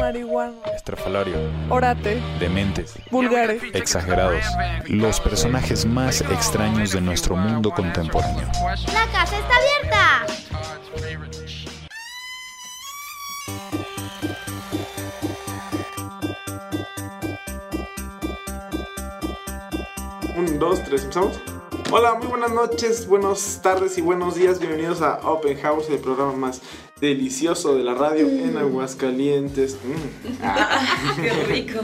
marihuana, estrafalario, orate, dementes, vulgares. exagerados, los personajes más extraños de nuestro mundo contemporáneo. ¡La casa está abierta! Un, dos, tres, empezamos. Hola, muy buenas noches, buenas tardes y buenos días. Bienvenidos a Open House, el programa más delicioso de la radio en Aguascalientes. Mm. Qué rico.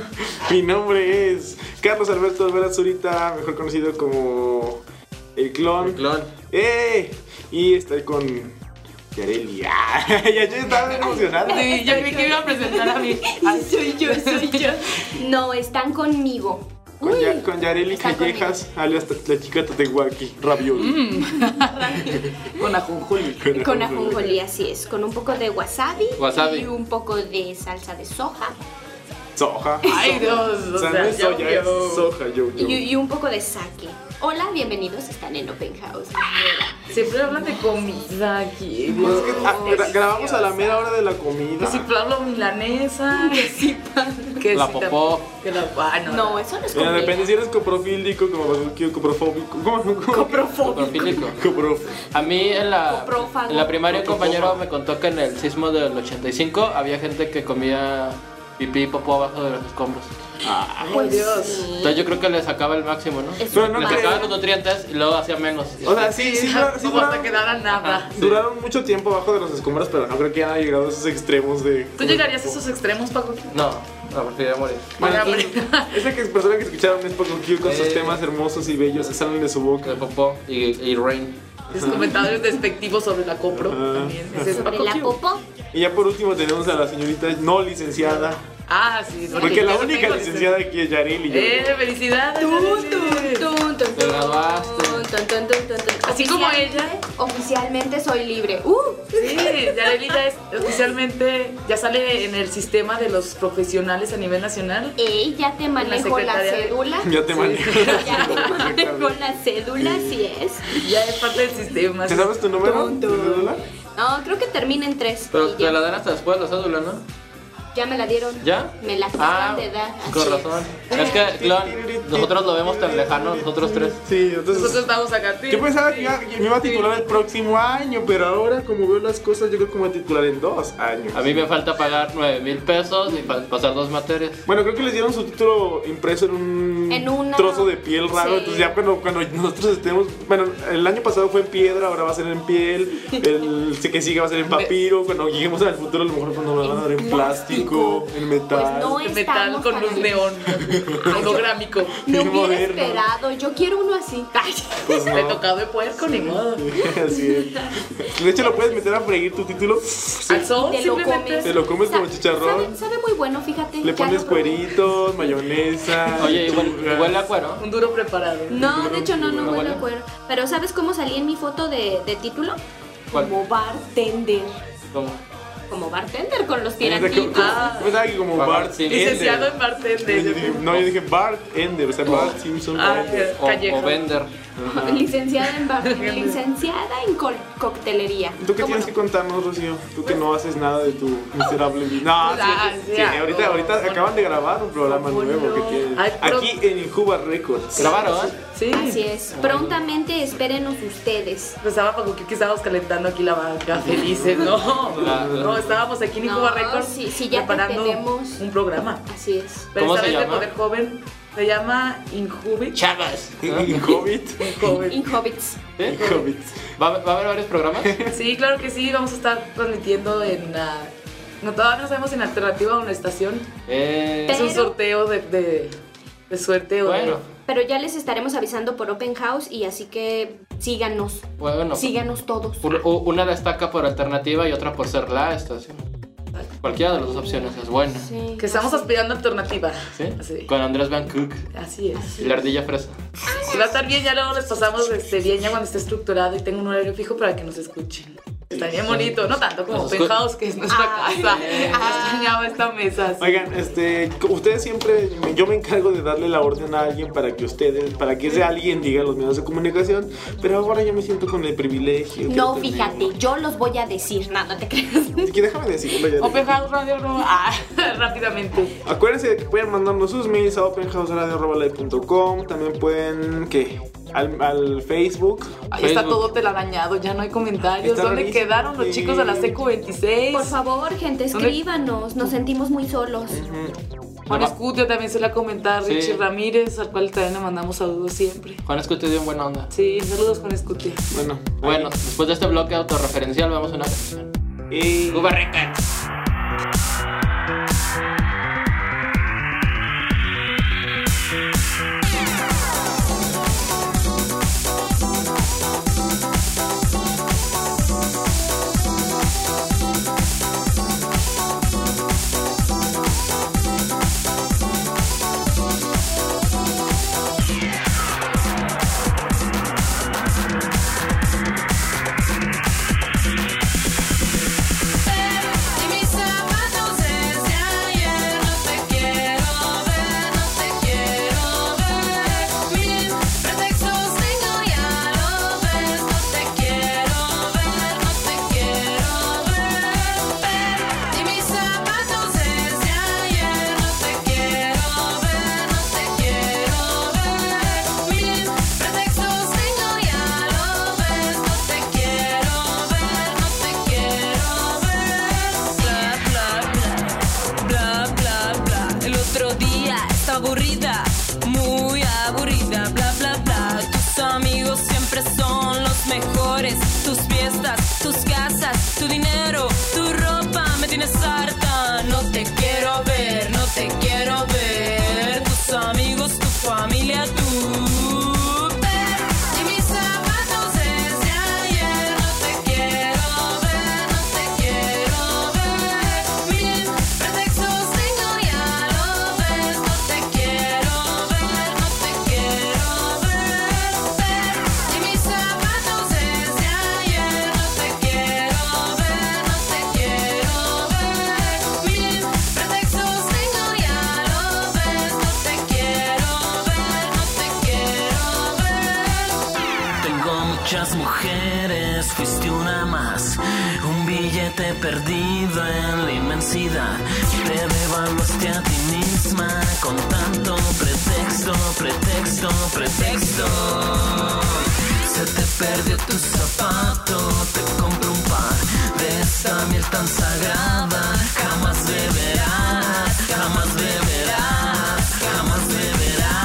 Mi nombre es Carlos Alberto Alvarez Zurita, mejor conocido como el clon. El clon. ¡Eh! Y estoy con Yareli. ¡Ah! ya yo estaba bien emocionado. Sí, yo creí que me iba a presentar a mí. Soy yo, soy yo. No, están conmigo. Con, Uy. Ya- con Yareli Está conmigo. Callejas, alias la chica Tatehuaki, Ravioli. Con ajonjoli. Mm. Con ajonjolí, así es. Con un poco de wasabi. Wasabi. Y un poco de salsa de soja. Soja. Ay, Dios. O sea, no es soya, es soja, yo, yo. Y, y un poco de sake. Hola, bienvenidos. Están en Open House. Siempre hablan de comida aquí. Pues es que, ah, gra- grabamos a la mera hora de la Que comida. si Pablo milanesa. Que si que La si tam- popó. Que la ah, no. No, eso no es Mira, depende comida. si eres coprofílico, coprofóbico, coprofóbico. ¿Cómo? ¿Cómo? Profílico. Coprof. A mí en la, Coprófago. en la primaria un Coprófago. compañero me contó que en el sismo del 85 había gente que comía pipí y popó abajo de los escombros. Pues Dios. sí. Entonces yo creo que le sacaba el máximo, ¿no? Es Pero no Le más. creo. sacaban los nutrientes y luego hacía menos. O sea, sí, sí, dura- sí no vas a duraron, quedar a nada. duraron mucho tiempo abajo de los escombros, pero no creo que hayan llegado a esos extremos de. ¿Tú llegarías a esos extremos, Paco? No, no, preferiría morir. Bueno, Bueno, entonces, esa que persona que escucharon es Paco Q con sus Eh. temas hermosos y bellos que salen de su De boca. popó y, y rain. Los comentarios despectivos sobre la copro Ajá. también. Ese es Sobre Paco la Q. popó. Y ya por último tenemos a la señorita no licenciada, Ah, sí. porque la yo no única tengo licenciada aquí es Yareli. Eh, felicidades. Tun, Arely. tun, tun, tun, tun, Te graduaste. tun, tun, tun, tun, tun. Así como Oficialmente- ella. Oficialmente soy libre. ¡Uh! Sí, Yareli ya es oficialmente, ya sale en el sistema de los profesionales a nivel nacional. Ey, ya te manejo la, secretaria de- cédula. Ya te manejo. Ya te manejo la cédula, así es. Ya es parte del sistema. ¿Te sabes tu número? Tun, ¿Tu tun. cédula? No, creo que termina en tres. Pero y te ya. la dan hasta después de la cédula, ¿no? Ya me la dieron. ¿Ya? Me la acaban Ah, de dar. con Así razón. Es que, Clon, nosotros lo vemos tan lejano, nosotros tres. Sí, entonces. Nosotros estamos acá. Yo pensaba que, iba- que me iba a titular el próximo año, pero ahora como veo las cosas, yo creo que me voy a titular en dos años. A mí me falta pagar 9 mil pesos y pa- pasar dos materias. Bueno, creo que les dieron su título impreso en un En una- trozo de piel raro. Sí. Entonces ya cuando, cuando nosotros estemos... Bueno, el año pasado fue en piedra, ahora va a ser en piel. El que sigue va a ser en papiro. Cuando lleguemos al futuro a lo mejor pues, nos lo van a dar en En plástico, en metal. Pues no De estamos metal con para luz eso. neón, holográmico. Me Qué hubiera moderno. esperado. Yo quiero uno así. Ay, Pues no. Le tocado de puerco, ni modo. Así es. De hecho, lo puedes meter a freír tu título. Al sol, te lo simplemente. comes. Te lo comes como Sa- chicharrón. Sabe, sabe muy bueno, fíjate. Le ya pones lo probé. cueritos, mayonesa. Oye, igual, lechuga. igual a cuero. Un duro preparado. No, de hecho no, no Bueno, huele a bueno. cuero. Pero ¿sabes cómo salí en mi foto de, de título? ¿Cuál? Como bartender. ¿Cómo? Como bartender con los Yo tirantitos. pensaba que como Ah. Bart Sí. Licenciado Ender. en bartender. yo creo. No, yo dije Bart Ender, o sea, Bart Oh. Simpson. Ah, Ender. O, Callejo. o vender. Licenciada en bartender. licenciada en col- coctelería. ¿Tú qué ¿Cómo tienes no? que contarnos, Rocío? Tú que no haces nada de tu miserable vida. No, sí, sí, Gracias. ahorita, ahorita ¿Cómo acaban de grabar un programa ¿Cómo nuevo que Oh, no? tienes. Ay, pero- Aquí en Cuba Records. Grabaron, ¿eh? Sí. Así es. Pacoquique, espérenos ustedes. Pues estaba Paco Quique, estábamos calentando aquí la banca, felices, ¿no? La- No, estábamos aquí en No, Incuba Records sí, sí, ya te preparando tenemos. un programa. Así es. Pero ¿Cómo esta se vez llama? de poder joven se llama Injuve. Chavas. En Hobbit. Joven. Inhobbits. ¿Eh? ¿Sí? En Hobbit. ¿Va, a- va a haber varios programas? Sí, claro que sí, vamos a estar transmitiendo en la. No, todavía no sabemos en alternativa o en estación. Eh, Es un Pero- sorteo de, de, de suerte o de- bueno, Pero ya les estaremos avisando por Open House y así que síganos. bueno. Síganos todos. Un- u- Una destaca por alternativa y otra por ser la estación. Cualquiera de las dos opciones es buena. Sí, Que estamos así. aspirando a alternativa. ¿Sí? Así, Con Andrés Van Cook así es. y la ardilla fresa. Si va a estar bien, ya luego les pasamos este, bien, ya cuando esté estructurado y tengo un horario fijo para que nos escuchen. Y está bien bonito. No tanto como Nos escu- Ah, Penthouse, que es nuestra Ay, casa. ay. Extrañaba esta mesa. sí. Oigan, este, ustedes siempre, yo me encargo de darle la orden a alguien para que ustedes, para que ese alguien diga los medios de comunicación, pero ahora yo me siento con el privilegio. que No, tenemos. fíjate, yo los voy a decir. No, no te creas. Así que déjame decirlo ya. Open House Radio Room. Ah, rápidamente. Acuérdense de que pueden mandarnos sus mails a openhouseradio.com, también pueden, ¿qué? Al, al Facebook. Ahí está Facebook. todo telarañado, ya no hay comentarios. Está ¿Dónde rarísimo, quedaron los sí. chicos de la Seco 26? Por favor, gente, ¿Dónde? escríbanos. Nos sentimos muy solos. Mm, Juan Escutia también se la comentaba Sí. Richie Ramírez, al cual también le mandamos saludos siempre. Juan Escutia dio buena onda. Sí, saludos Juan Escutia. Bueno, Bueno, después de este bloque autorreferencial, vamos a una canción. y- Cuba Records. Y mis zapatos desde ayer no te quiero ver, no te quiero ver. Mil pretextos tengo ya lo ves, no te quiero ver, no te quiero ver. Y mis zapatos desde ayer no te quiero ver, no te quiero ver. Mil pretextos tengo ya lo ves, no te quiero ver, no te quiero ver. Bla, bla, bla, bla, bla, bla. El otro día estaba aburrida, muy aburrida, bla, bla, bla. Tus amigos siempre son los mejores. Tus fiestas, tus casas, tu dinero, tu ropa me tienes harta. No te quiero ver, no te quiero ver. Tus amigos, tu familia, tú. Y mis zapatos desde ayer no te quiero ver, no te quiero ver. Mil pretextos tengo ya lo ves, no te quiero ver, no te quiero ver. Y mis zapatos desde ayer no te quiero ver, no te quiero ver. Mil pretextos tengo ya lo ves, no te quiero ver, no te quiero ver. Tengo muchas mujeres, fuiste una más. Un billete perdido en la inmensidad. Te devaluaste a ti misma con tanto pretexto, pretexto, pretexto. Se te perdió tu zapato, te compro un par de esta miel tan sagrada. Jamás beberás, jamás beberás, jamás beberás.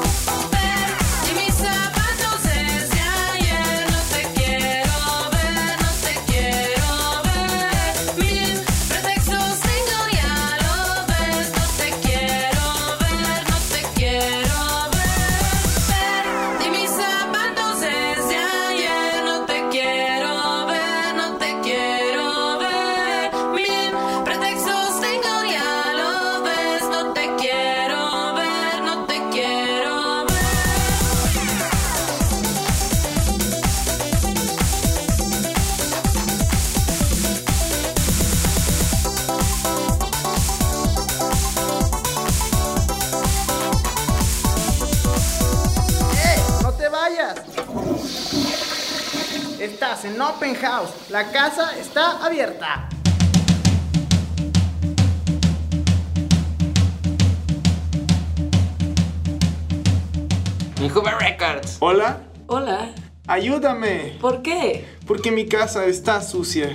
Y mis zapatos desde ayer no te quiero ver, no te quiero ver. Mil pretextos tengo ya lo ves, no te quiero ver, no te quiero ver. Y mis zapatos desde ayer no te quiero ver, no te quiero ver. Mil pretextos tengo ya lo ves, no te quiero ver, no te quiero ver. ¡Eh! ¡No te vayas! Estás en Open House. La casa está abierta. En Cuba Records. Hola, Hola, ayúdame, ¿por qué? porque mi casa está sucia.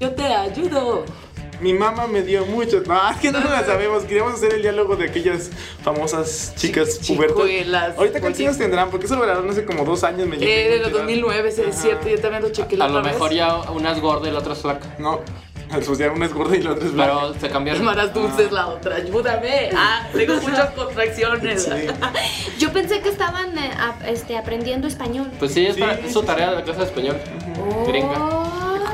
Yo te ayudo. Mi mamá me dio mucho. No, es que no la sabemos. Queríamos hacer el diálogo de aquellas famosas chicas Chi- pubertas. chicuelas. Ahorita cuántos años tendrán, porque eso duraron hace como dos años. Me llegué Eh, a de los enterar. 2009, sí, es cierto, yo también lo chequé la A lo otra mejor vez. ya una es gorda y la otra es flaca. No, o sea, una es gorda y la otra es blanca. Pero se Y cambiaron. Maras Dulce es la otra, ayúdame. Ah, tengo muchas contracciones. Yo pensé que estaban eh, a- este, aprendiendo español. Oh. Pues sí, es, Sí, para- sí, Oh. es su tarea de la clase de español. Gringa.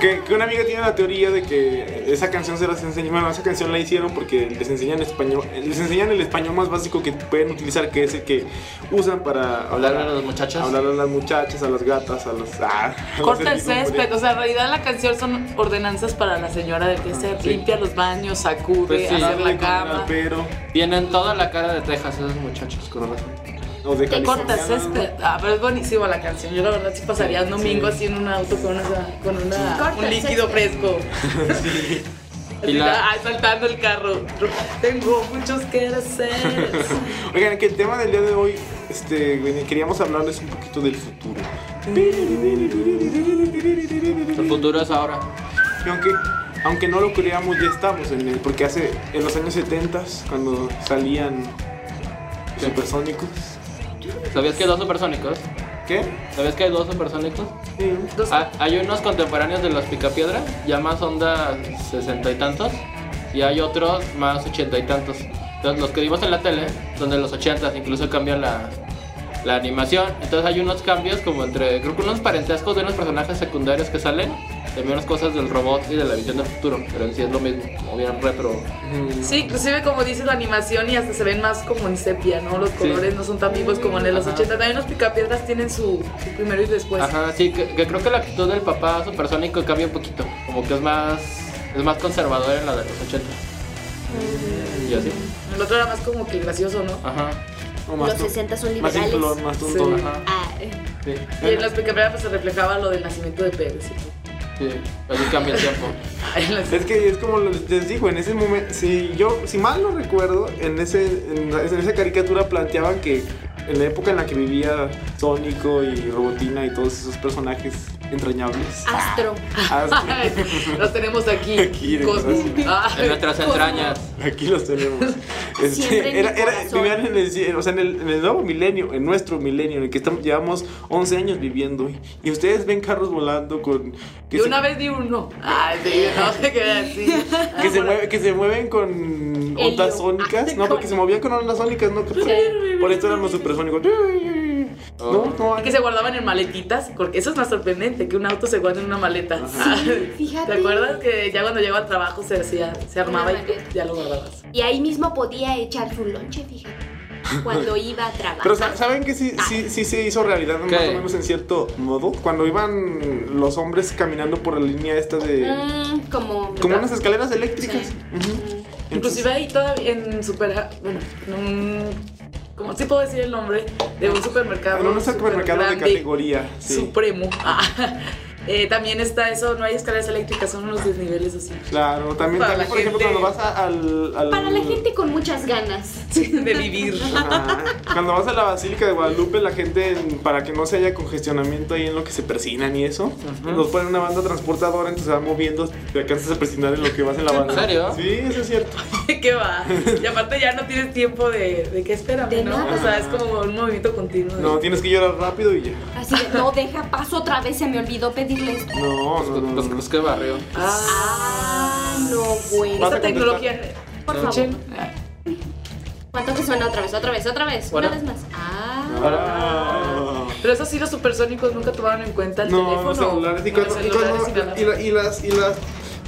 Que, que una amiga tiene la teoría de que esa canción se las enseñó, bueno, esa canción la hicieron porque les enseñan español, les enseñan el español más básico que pueden utilizar, que es el que usan para hablar Hablarle a las muchachas. hablar a las muchachas, a las gatas, a los ah, a Corta el los servidumbre. césped, o sea, en realidad la canción son ordenanzas para la señora de que hacer, Ah, sí. limpia los baños, sacude, Pues sí, hacer Darle la con el cama. Pero Tienen toda la cara de Texas esos muchachos. con razón. O de Te corta el californiana. césped. este? Ah, pero es buenísima la canción. Yo la verdad sí pasaría un domingo así en un auto con, una- con una- Corta un el líquido fresco. Y Así, la- ah, saltando el carro. Tengo muchos que hacer. Oigan, que el tema del día de hoy, este, queríamos hablarles un poquito del futuro. El futuro es ahora. Y aunque, aunque no lo creamos, ya estamos en él. Porque hace en los años 70, cuando salían los supersónicos. ¿Sabías que hay dos supersónicos? ¿Qué? ¿Sabías que hay dos supersónicos? Sí. Dos- Ah, hay unos contemporáneos de los Picapiedra, ya más onda sesenta y tantos, y hay otros más ochenta y tantos. Entonces, los que vimos en la tele son de los ochentas, incluso cambian la, la animación. Entonces hay unos cambios como entre, creo que unos parentescos de unos personajes secundarios que salen, también unas cosas del robot y de la visión del futuro, pero en sí es lo mismo, como bien retro. mm, Sí, inclusive como dices la animación y hasta se ven más como en sepia, ¿no? Los colores no son tan vivos como en de los Ajá. 80. También los picapiedras tienen su, su primero y después. Ajá, sí, que, que creo que la actitud del papá supersónico cambia un poquito, como que es más, es más conservador en la de los ochentas. Y así. El otro era más como que gracioso, ¿no? Ajá. No, Los 60 son Más liberales. simplón, más tonto. Sí. ajá. Ah, eh, Sí, Y en los picapiedras pues, se reflejaba lo del nacimiento de Pérez. y todo. sí, así cambia el tiempo. En las- Es que es como les les digo, en ese momento, si yo, si mal no recuerdo, en, ese, en, la- en esa caricatura planteaban que en la época en la que vivía Sónico y Robotina y todos esos personajes entrañables. astro. Ah, Ay, los tenemos aquí. Ah, Aquí, de Cosmo. verdad, sí. Ay, En nuestras Cosmo. entrañas. Aquí los tenemos. Este, Siempre en mi era, era- corazón. vivían en el, cie- o sea, en el, en el nuevo milenio, en nuestro milenio, en el que estamos, llevamos 11 años viviendo. Y, y ustedes ven carros volando con. Que Yo una se, vez vi uno. Ay, sí, no se queda así. que se, mueve- que se mueven con Helio. ondas sónicas. No, porque se movían con ondas sónicas, ¿no? Por esto eran los supersónicos. No, no, Y que se guardaban en maletitas, porque eso es más sorprendente, que un auto se guarde en una maleta. Ay, fíjate. ¿Te acuerdas que ya cuando llegaba al trabajo se hacía, se armaba Una y maleta. ya lo guardabas? Y ahí mismo podía echar su lonche, fíjate. Cuando iba a trabajar. Pero sa- saben que sí, sí, sí se hizo realidad más ¿Qué? o menos en cierto modo. Cuando iban los hombres caminando por la línea esta de. Mm, como. Como unas escaleras eléctricas. Ujú. Entonces- Inclusive ahí todavía en super... ah, Bueno, en un... ¿Cómo sí puedo decir el nombre? De un supermercado. En un supermercado de supergrande, categoría. Sí. Supremo. Ah, eh, también está eso, no hay escaleras eléctricas, son unos desniveles así. Claro, también, Para también la por ejemplo, gente- cuando vas a- al, al- Para la gente con muchas ganas. De vivir. Ajá. Cuando vas a la Basílica de Guadalupe, la gente, en- para que no se haya congestionamiento ahí en lo que se persinan y eso, nos ponen una banda transportadora, entonces se van moviendo, te alcanzas a persinar en lo que vas en la banda. ¿En serio? Sí, eso es cierto. ¿Qué va? Y aparte ya no tienes tiempo de, de que espérame, De ¿no? nada. O sea, es como un movimiento continuo. de- No, tienes que llorar rápido y ya. Así de, no, deja paso otra vez, se me olvidó pedirle esto. No, no, no. Los, no. los que pues, barrio. Ah, Ah, no, güey. Vas a esta tecnología. Ah, Por favor. ¿Cuánto que suena otra vez, otra vez, otra vez? Bueno. Una vez más. Ah. Ah. Pero eso sí, los supersónicos nunca tomaron en cuenta el No, teléfono. los celulares. Y, Los cuando- y celulares cuando- y nada. y la- y las, y las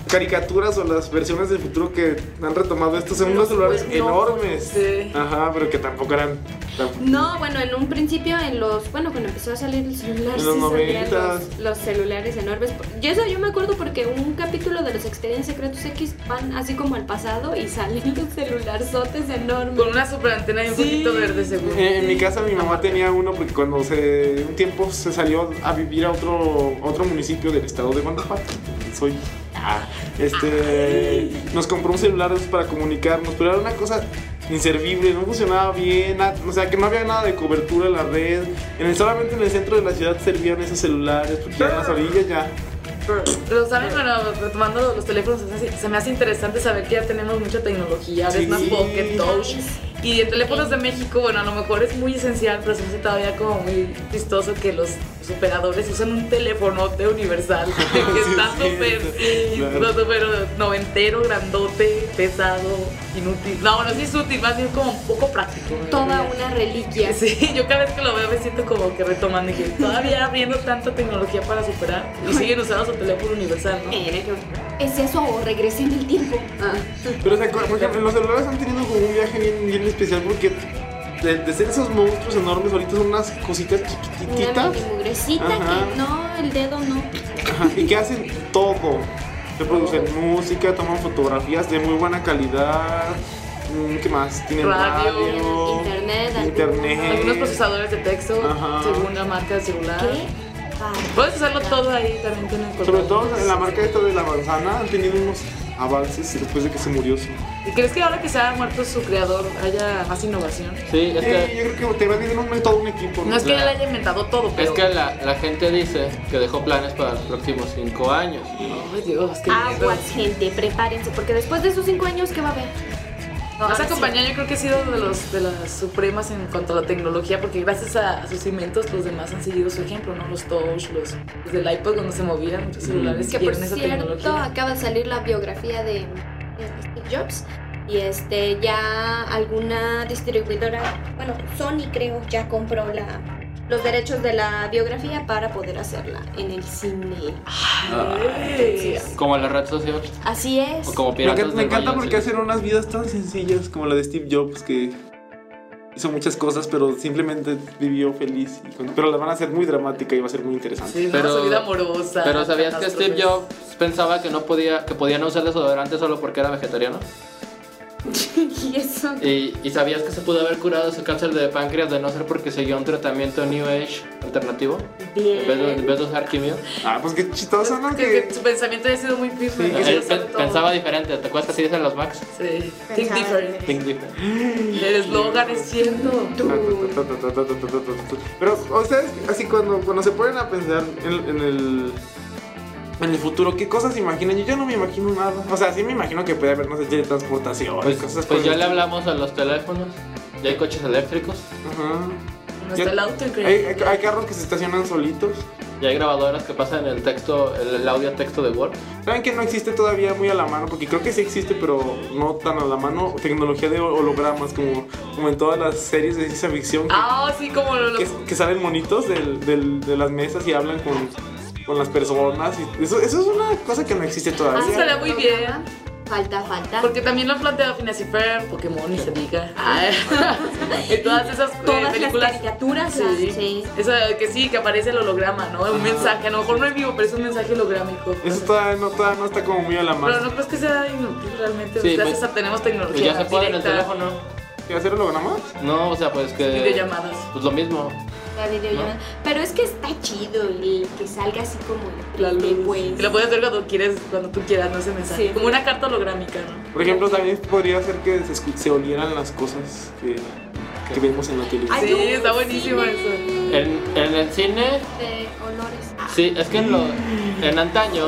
caricaturas o las versiones del futuro que han retomado estos son unos celulares pues, no, enormes. sí. Ajá, pero que tampoco eran. tampoco- No, bueno, en un principio, en los. Bueno, cuando empezó a salir el celular, En los sí salían noventas. los, los celulares enormes. Yo eso yo me acuerdo porque un capítulo de los Expedientes Secretos X van así como al pasado y salen los celularzotes enormes. Con una superantena y un poquito verde, seguro. Eh, En mi casa mi mamá tenía uno porque cuando se un tiempo se salió a vivir a otro otro municipio del estado de Guanajuato. Soy ah, este nos compró un celular pues, para comunicarnos, pero era una cosa inservible, no funcionaba bien, na- o sea que no había nada de cobertura en la red. En el- solamente en el centro de la ciudad servían esos celulares porque ya en las orillas ya Lo saben, pero retomando los teléfonos, se, hace- se me hace interesante saber que ya tenemos mucha tecnología, ves Sí. más Pocket Touch. Y en teléfonos de México, bueno, a lo mejor es muy esencial, pero se me hace todavía como muy tristoso que los superadores usan un telefonote universal, que Sí, está es súper cierto, no, claro. súper noventero, grandote, pesado, inútil. No, bueno, sí es útil, más bien como un poco práctico. ¿no? Toda una reliquia. Sí, yo cada vez que lo veo me siento como que retomando y que todavía viendo tanta tecnología para superar y siguen usando su teléfono universal, ¿no? Eh, ¿Es eso o regresé en el tiempo? Ah. Pero, o sea, por ejemplo, los celulares han tenido como un viaje bien, bien especial porque de, de ser esos monstruos enormes, ahorita son unas cositas Una chiquititas. mini mugrecita Ajá. que no, el dedo no. Ajá, y que hacen todo. Reproducen música, toman fotografías de muy buena calidad. Mm, ¿Qué más? Tienen Radio, radio, internet, algunos- internet. Algunos procesadores de texto, eh. Ajá. según la marca de celular. ¿Qué? Puedes usarlo todo ahí también con el Sobre correo. todo en la marca esta de la manzana han tenido unos avances después de que se murió su. ¿Y crees que ahora que se ha muerto su creador haya más innovación? Sí, es que... Eh, yo creo que te va a tener un, todo un equipo. No es que él haya inventado todo, pero... Es que la, la gente dice que dejó planes para los próximos cinco años. Ay, Dios, qué miedo. Aguas, gente, prepárense, porque después de esos cinco años, ¿qué va a haber? Ah, No, esa compañía yo creo que ha sido de, los, de las supremas en cuanto a la tecnología, porque gracias a sus inventos los demás han seguido su ejemplo, ¿no? Los touch, los, los del iPod cuando se movían, muchos celulares Mm. Que por quieren esa cierto, tecnología. acaba de salir la biografía de de Steve Jobs. Y este, ya alguna distribuidora, bueno, Sony creo, ya compró la, los derechos de la biografía para poder hacerla en el cine. Ay, Como la red social. Así es. O como Me encanta, piratas me del encanta Valle, porque sí. hacen unas vidas tan sencillas como la de Steve Jobs que hizo muchas cosas pero simplemente vivió feliz. y con- Pero la van a hacer muy dramática y va a ser muy interesante. Sí, pero, Pero- su vida amorosa. Pero ¿sabías que catástrofes. Steve Jobs pensaba que no podía, que podía no usar desodorante solo porque era vegetariano? Y eso. Y, y ¿sabías que se pudo haber curado su cáncer de páncreas de no ser porque siguió un tratamiento New Age alternativo? En vez de, en vez de usar quimio. Ah, pues qué chistosa, ¿no? Que, Que que su pensamiento haya sido muy firme. Sí, que se Él Eh, pe- sabe todo. pensaba diferente, ¿te acuerdas que así dicen los Macs? Sí, think different. Think different. El eslogan es cierto. Pero ustedes, así cuando, cuando se ponen a pensar en, en el. En el futuro, ¿qué cosas se imaginan? Yo ya no me imagino nada. O sea, sí me imagino que puede haber, no sé, teletransportación, Pues, cosas pues por ya el le estilo. hablamos a los teléfonos, ya hay coches eléctricos, Ajá. No está el auto Hay, increíble. hay- hay carros que se estacionan solitos. ya hay grabadoras que pasan el texto, el, el audio texto de Word. Saben que no existe todavía muy a la mano, porque creo que sí existe, pero no tan a la mano, tecnología de hologramas, como, como en todas las series de ciencia ficción. que- Ah, sí, como los... que, que salen monitos del- del- de las mesas y hablan con, con las personas. y eso, eso es una cosa que no existe Eso todavía. estaría muy bien. Falta, falta. Porque también lo han planteado Phineas y Ferb, Pokémon y se diga. Y todas esas eh, Todas las películas. caricaturas, Sí. las- sí. Eso de que sí, que aparece el holograma, ¿no? Un mensaje, a lo mejor no en vivo, pero es un mensaje holográmico. Eso todavía no, todavía no está como muy a la Pero mano. no crees que sea inútil realmente. Sí, Gracias pues- a tenemos Pues tecnología. ya se puede en el directa, teléfono. ¿Qué hacer hologramas? No, o sea, pues que... Videollamadas. Pues lo mismo. La videollamada. Pero es que está chido el que salga así como La el luz. pues. Y lo puedes ver cuando quieres, cuando tú quieras, no ese mensaje. Sí. Como una carta holográmica, ¿no? Por ejemplo, también podría ser que se, escu- se olieran las cosas que, que vemos en la televisión. Ay, sí, no, está buenísimo eso. En, en el cine, de olores. sí, es que en, lo, en antaño,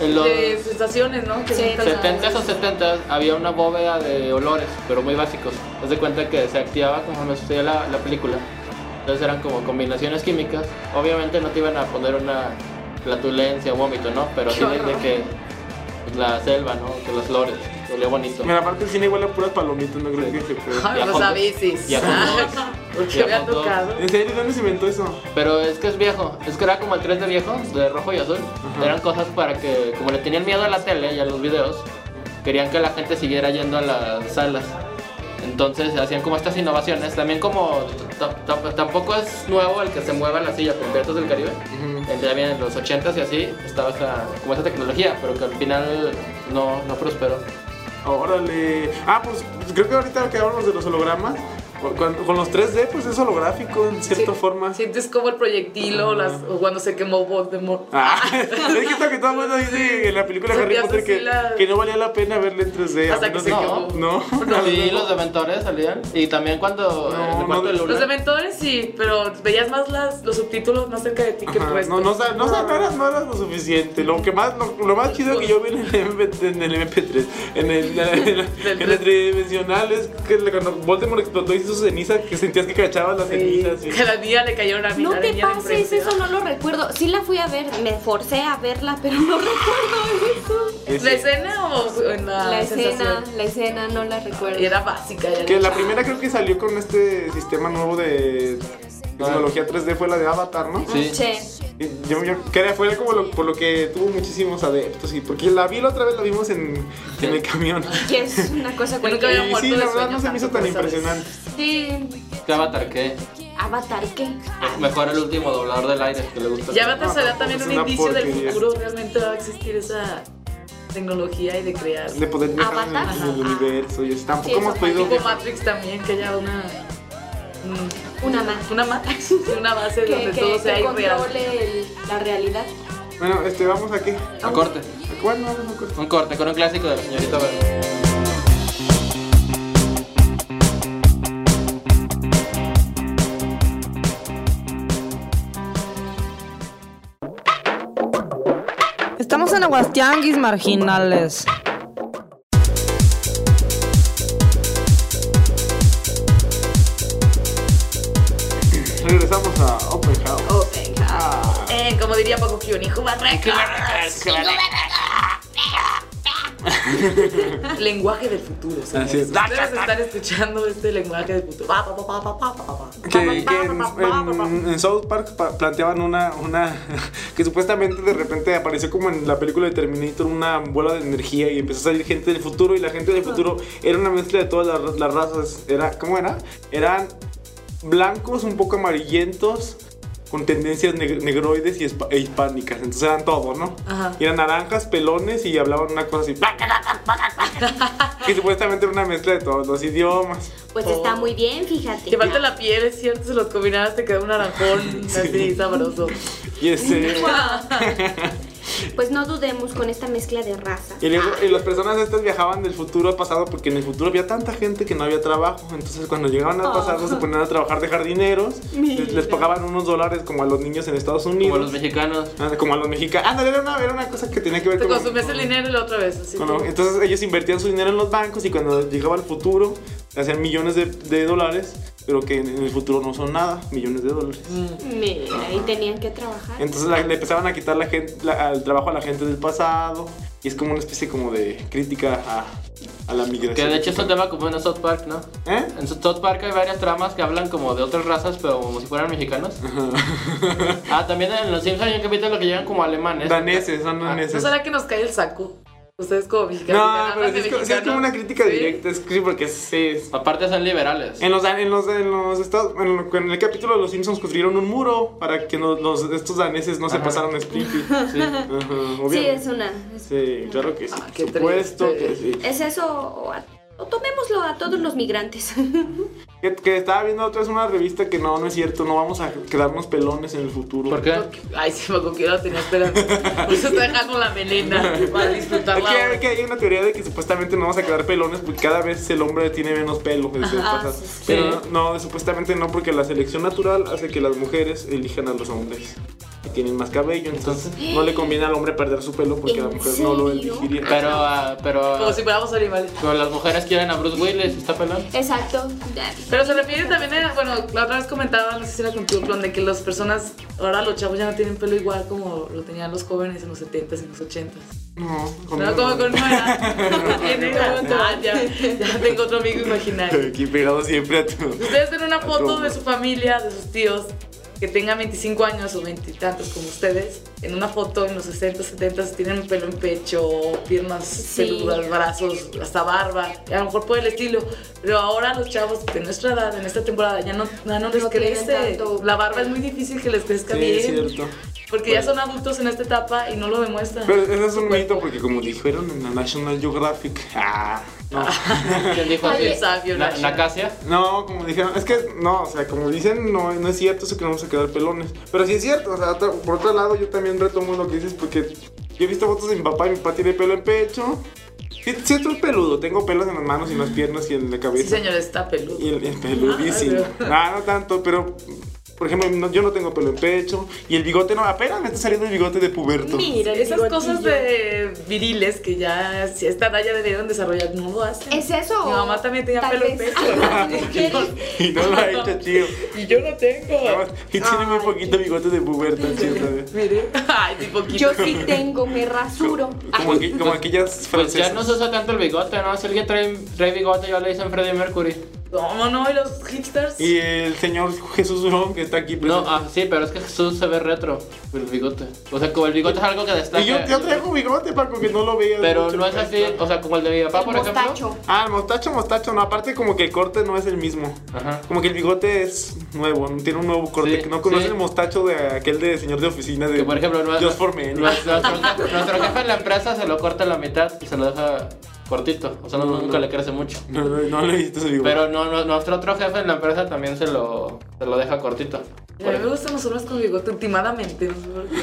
en los De sensaciones, ¿no? Que Sí, nunca- 70s o 70s había una bóveda de olores, pero muy básicos. Haz de cuenta que se activaba conforme sucedía la, la película. Entonces eran como combinaciones químicas. Obviamente no te iban a poner una flatulencia, vómito, ¿no? Pero sí de, de que pues, la selva, ¿no? Que los flores, olía bonito. Mira, aparte el cine igual a puras palomitas, no creo Sí. que se pueda. Ay, Ya los con- avises. ya con dos. Porque Ya había con dos. tocado. ¿En serio dónde se inventó eso? Pero es que es viejo, es que era como el 3 de viejo, de rojo y azul. Eran cosas para que, como le tenían miedo a la tele y a los videos, querían que la gente siguiera yendo a las salas. Entonces hacían como estas innovaciones. También como ta- ta- tampoco es nuevo el que se mueva la silla con Piratas del Caribe. El de en los 80s y así estaba esa- como esa tecnología, pero que al final no, no prosperó. Órale. Ah, pues creo que ahorita que hablamos de los hologramas, Con, con los 3D, pues es holográfico en cierta Sí, forma. Sientes como el proyectil o, las, o cuando se quemó Voldemort. Ah, es que esto que todo el mundo dice en la película de Se Harry te hace Potter que, así la- que no valía la pena verla en 3D. a Hasta que menos se de- quemó. No, No, sí, los dementores salían. Y también cuando. No, en el cuarto no, de Luna. Los dementores sí, pero veías más las, los subtítulos más cerca de ti que Ajá, puestos. Ah, No, no, sa- no, sa- no eras, no eras lo suficiente. Lo, que más, lo, lo más chido que yo vi en el, MP, en el MP3, en el, en el- en el tridimensional, es que le- cuando Voldemort explotó y hizo su ceniza, que sentías que cachabas las cenizas. sí. Que la niña le cayó una No te araña de pases, frente. eso no lo recuerdo. Sí la fui a ver, me forcé a verla, pero no recuerdo eso. ¿La escena o en Ah, la, La escena, sensación? la escena no la recuerdo. Era básica. Era Que la primera creo que salió con este sistema nuevo de tecnología 3D fue la de Avatar, ¿no? Sí. Che, Y Eh, Yo, yo creo que fue como lo- por lo que tuvo muchísimos adeptos y porque la vi la otra vez, la vimos en, en el camión. que es una cosa Nunca cualquiera. había Y sí, muerto de la verdad sueño no se me hizo tan tanto, ¿sabes? impresionante. Sí, ¿Qué avatar qué? Avatar, ¿qué? Ah, Mejor el último doblador del aire que le gusta. Ya Avatar será también es un una indicio porquería. del futuro. Realmente va a existir esa tecnología y de crear. De poder viajar en el- en Avatar. el universo y eso. Tampoco Sí, eso hemos podido Tipo Matrix también, que haya una. un- Una más. Una Matrix. Una base Que, donde que, todo que sea irreal. controle el- la realidad. Bueno, este, vamos a qué. Un corte. Bueno, vamos a corte. Un corte con un clásico de la señorita Verde. Estamos en Aguastianguis Marginales. Regresamos a Open House. Eh, como diría Paco Kion, hijo barracas. Lenguaje del futuro. señores. Así es. Ustedes están escuchando este lenguaje del futuro. Pa, pa, pa, pa, pa, pa, pa, pa, pa. Que, que en, en- en South Park pa- planteaban una, una que supuestamente de repente apareció como en la película de Terminator una bola de energía y empezó a salir gente del futuro y la gente del futuro era una mezcla de todas las, las razas. Era, ¿Cómo era? Eran blancos, un poco amarillentos, con tendencias neg- negroides y hispa- e hispánicas. Entonces eran todos, ¿no? Ajá. Y eran naranjas, pelones y hablaban una cosa así. que supuestamente era una mezcla de todos los idiomas. Pues Oh. está muy bien, fíjate. Te falta la piel, es cierto, se los combinabas, te quedó un naranjón así sabroso. Y este... Pues no dudemos con esta mezcla de razas. Y, luego- y las personas estas viajaban del futuro al pasado porque en el futuro había tanta gente que no había trabajo. Entonces cuando llegaban al pasado Ah. se ponían a trabajar de jardineros. Les, les pagaban unos dólares como a los niños en Estados Como los Unidos. mexicanos. Ah, Como a los mexicanos. Ándale, era una, era una cosa que tenía que ver Te con... consumías el dinero y la otra vez, así. con lo- tú. entonces ellos invertían su dinero en los bancos y cuando llegaba al futuro hacían millones de, de dólares, pero que en, en el futuro no son nada, millones de dólares. Mira, y tenían que trabajar. Entonces la- le empezaban a quitar la gente, la- al trabajo a la gente del pasado y es como una especie como de crítica a, a la migración. Que de hecho es un tema como en South Park, ¿no? ¿Eh? En South Park hay varias tramas que hablan como de otras razas, pero como si fueran mexicanos. ah, también en Los Simpsons hay un capítulo que llegan como alemanes. Daneses, son ¿No daneses. será que nos cae el saco? Ustedes como mexicanos. No, digan, pero "Hablas sí de es, como, sí es mexicano". como una crítica Sí. directa, es que- porque sí. es- Aparte son liberales. En los, en los, en los estados, en, lo- en el capítulo de los Simpsons construyeron un muro para que no- los, estos daneses no se pasaran a Springfield. Sí. Ajá, Sí, obviamente. es una. es- Sí, claro que sí. Ah, qué por supuesto que triste. sí. Es eso, o, a- o tomémoslo a todos los migrantes. Que, que estaba viendo otra vez una revista que no, no es cierto, no vamos a quedarnos pelones en el futuro. ¿Por qué? Ay, sí, me que yo la tenía esperando. Por eso está dejando la melena para Aquí disfrutarla. hay, que hay una teoría de que supuestamente no vamos a quedar pelones porque cada vez el hombre tiene menos pelo. es decir, pasa- Pero no, no, supuestamente no, porque la selección natural hace que las mujeres elijan a los hombres y tienen más cabello. Entonces no le conviene al hombre perder su pelo porque la ¿En mujer no lo serio? elegiría. Pero, ah, pero, Como si fuéramos animales. pero las mujeres quieren a Bruce Willis, está pelón. Exacto. Pero se refiere también a, bueno, la otra vez comentaba, no sé si era contigo, Clon, de que las personas, ahora los chavos ya no tienen pelo igual como lo tenían los jóvenes en los 70s y en los 80s. No, con- No, como con una edad. Tiene como- ah, ya, ya tengo otro amigo imaginario. Aquí pegado siempre a tu. Ustedes ven una Otro foto hombre. de su familia, de sus tíos, que tengan 25 años o 20 y tantos como ustedes, en una foto en los 60, 70 tienen pelo en pecho, piernas peludas, brazos, hasta barba, a lo mejor por el estilo. Pero ahora los chavos de nuestra edad, en esta temporada, ya no, ya no les tienen crece. tanto. La barba es muy difícil que les crezca Sí, bien. es cierto. Porque ya son adultos en esta etapa y no lo demuestran. Pero ese es un mito porque como dijeron en la National Geographic, ah, no. ¿Quién dijo así? Oye, sabio, Na- Nacho. ¿Nacasia? No, como dijeron, es que no, o sea, como dicen, no, no es cierto eso que no vamos a quedar pelones. Pero sí es cierto, o sea, otra- por otro lado, yo también retomo lo que dices porque yo he visto fotos de mi papá y mi papá tiene pelo en pecho. Sí, sí estoy peludo, tengo pelos en las manos y en las piernas y en la Sí, cabeza. señor, está peludo. Y el, el peludísimo. Ah, no tanto, pero por ejemplo, no- yo no tengo pelo en pecho y el bigote no, apenas me está saliendo el bigote de puberto. Mira, el esas bigotillo. cosas de viriles que ya si a esta edad ya deberían desarrollar, no lo hacen. ¿Es eso? Mi mamá también tenía Tal pelo en vez. Ah, pecho. Y no lo ha hecho, tío. y yo no tengo. Y tiene muy poquito bigote de puberto, tío, ¿sabes? Mire. Ay, sí, poquito. Yo sí tengo, me rasuro. Como, aquí- como aquellas Pues ya francesas. no se usa tanto el bigote, ¿no? Si alguien trae, trae bigote, ya le dicen Freddie Mercury. No, no, y los hipsters. Y el señor Jesús Durón que está aquí No, presente. ah, sí, pero es que Jesús se ve retro, el bigote. O sea, como el bigote es algo que destaca. y yo, yo traigo bigote, Paco, que no lo veas. Pero mucho. no es así, o sea, como el de mi papá, por ejemplo. Mostacho. Ah, el mostacho, mostacho, no. Aparte, como que el corte no es el mismo. Ajá. Como que el bigote es nuevo, tiene un nuevo corte Sí, que no conoce sí. el mostacho de aquel de señor de oficina de. Que por ejemplo, no- Dios Formen. no- nuestro, nuestro jefe en la empresa se lo corta a la mitad y se lo deja cortito. O sea, no- No, nunca no. le crece mucho. No, no, no le he visto ese bigote. Pero no, no, nuestro otro jefe en la empresa también se lo, se lo deja cortito. A mí me gustan los hombres con bigote últimamente. no sé por qué.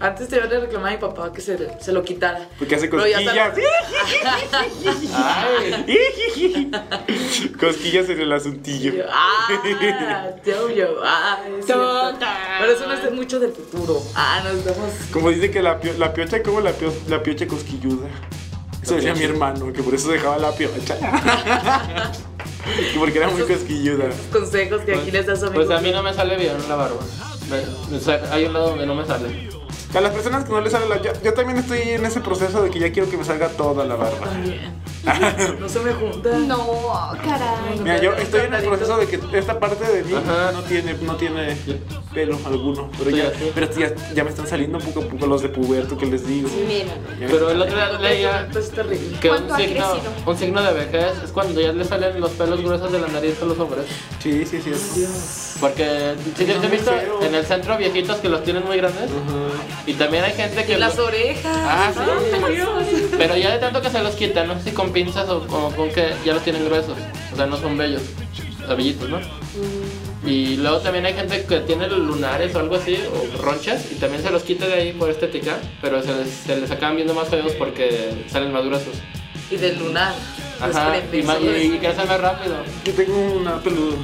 Antes te iba a reclamar a mi papá que se, se lo quitara. Pues Porque hace Pero ya cosquillas. Ay, cosquillas en el asuntillo. Y yo, Ah, yo, yo, ah, es cierto. Pero eso no es mucho del futuro. Ah, nos vemos. Como dice que la, pio- la piocha, como la, pio- la piocha cosquilluda. Eso decía mi hermano, que por eso dejaba la piocha. Que Porque era muy cosquilluda. Consejos que aquí les das a mi pues a mí no me sale bien la barba. Me- o sea, hay un lado donde no me sale. A las personas que no les sale la. Yo, yo también estoy en ese proceso de que ya quiero que me salga toda la barba. También. No se me junta. No, caray. Mira, yo estoy en el proceso de que esta parte de mí Ajá. no tiene, no tiene pelo alguno. Pero, Sí, ya, sí. pero ya, ya me están saliendo poco a poco los de puberto que les digo. Mira. Ya me Pero están- el otro día leía Esto es terrible. que un ¿Cuánto ha signo, crecido? un signo de vejez es cuando ya le salen los pelos gruesos de la nariz a los hombres. Sí, sí, sí. es- Porque si te, te he visto feo. en el centro viejitos que los tienen muy grandes. Y también hay gente Y que... las orejas. Ah, sí. Ay, Dios. Pero ya de tanto que se los quitan, no sé si con pinzas o, o con que ya los tienen gruesos. O sea, no son bellos. O sea, bellitos, ¿no? Mm. Y luego también hay gente que tiene lunares o algo así, o ronchas, y también se los quita de ahí por estética, pero se les, se les acaban viendo más feos porque salen más gruesos. Y del lunar. Los Ajá, y, crepes, más, y, sobre- y crecen más rápido. Yo tengo una peluda.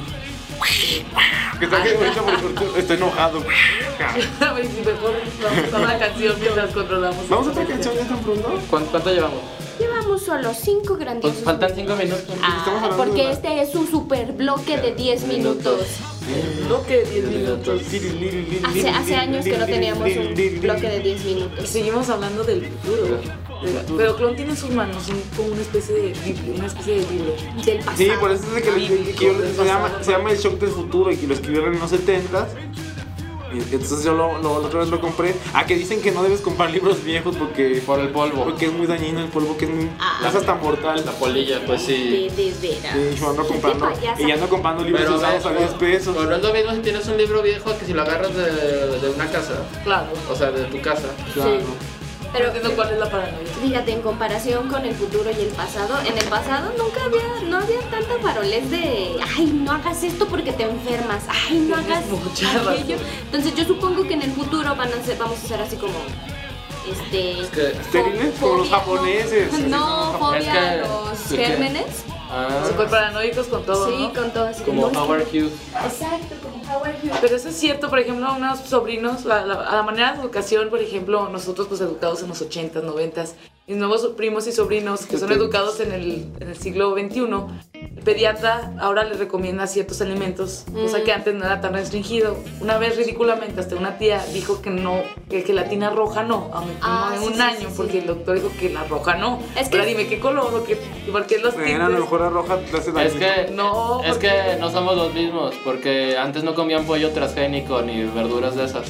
Que está que ahorita por- por- estoy enojado. Mejor vamos a una canción mientras controlamos. Vamos a otra canción ya tan pronto. ¿Cuán- ¿Cuánto llevamos? Llevamos solo 5 Pues grandiosos. Ah, faltan 5 minutos. Estamos hablando de porque la- este es un super bloque de 10 minutos. Lo que 10 minutos. Hace, hace años que no teníamos un bloque de 10 Y minutos. seguimos hablando del futuro. De- Pero Clon tiene en sus manos un- como una especie de bib- una especie de libro. Del pasado. Sí, por eso es de que, le- que yo le- se, llama, se llama El Shock del Futuro y que lo escribieron en los 70s. Y Entonces yo lo, lo- la otra vez lo compré. Ah, que dicen que no debes comprar libros viejos porque, Por el polvo. porque es muy dañino el polvo, que es muy. Ah. es hasta mortal. La polilla, pues De, sí. de veras. Este Sí, yo ando comprando. payasa. Y ya ando comprando libros usados a 10 pesos. pero no es lo mismo si tienes un libro viejo que si lo agarras de, de una casa, Claro. o sea, de tu casa. Claro. Pero Pero entiendo cuál es la paranoia. fíjate, en comparación con el futuro y el pasado, en el pasado nunca había, no había tanta farolés de, ay, no hagas esto porque te enfermas, ay, no hagas mucha aquello. Entonces yo supongo que en el futuro van a ser, vamos a ser así como, este... Es que Estériles como los fobia, no, japoneses. así No, como los japoneses. fobia a Es que- los es que- gérmenes. Ah, Súper paranoicos con todo. Sí, pues, ¿no? con todo así. como No, es que- Howard Hughes. Exacto, como Howard Hughes. Pero eso es cierto, por ejemplo, a unos sobrinos, a la, a la manera de educación, por ejemplo, nosotros pues educados en los 80s, 90s, mis nuevos primos y sobrinos que son educados en el, en el siglo XXI, el pediatra ahora les recomienda ciertos alimentos, cosa Mm. que antes no era tan restringido. Una vez ridículamente hasta una tía dijo que no, que gelatina roja no, a mi primo Ah, de sí, un sí, año, sí, porque sí. el doctor dijo que la roja no. Es Es que- que dime qué color o qué, porque los japoneses. Era a lo tintes. mejor la roja te hace Es daño. que, No, es porque- que no somos los mismos, porque antes no comían pollo transgénico ni verduras de esas.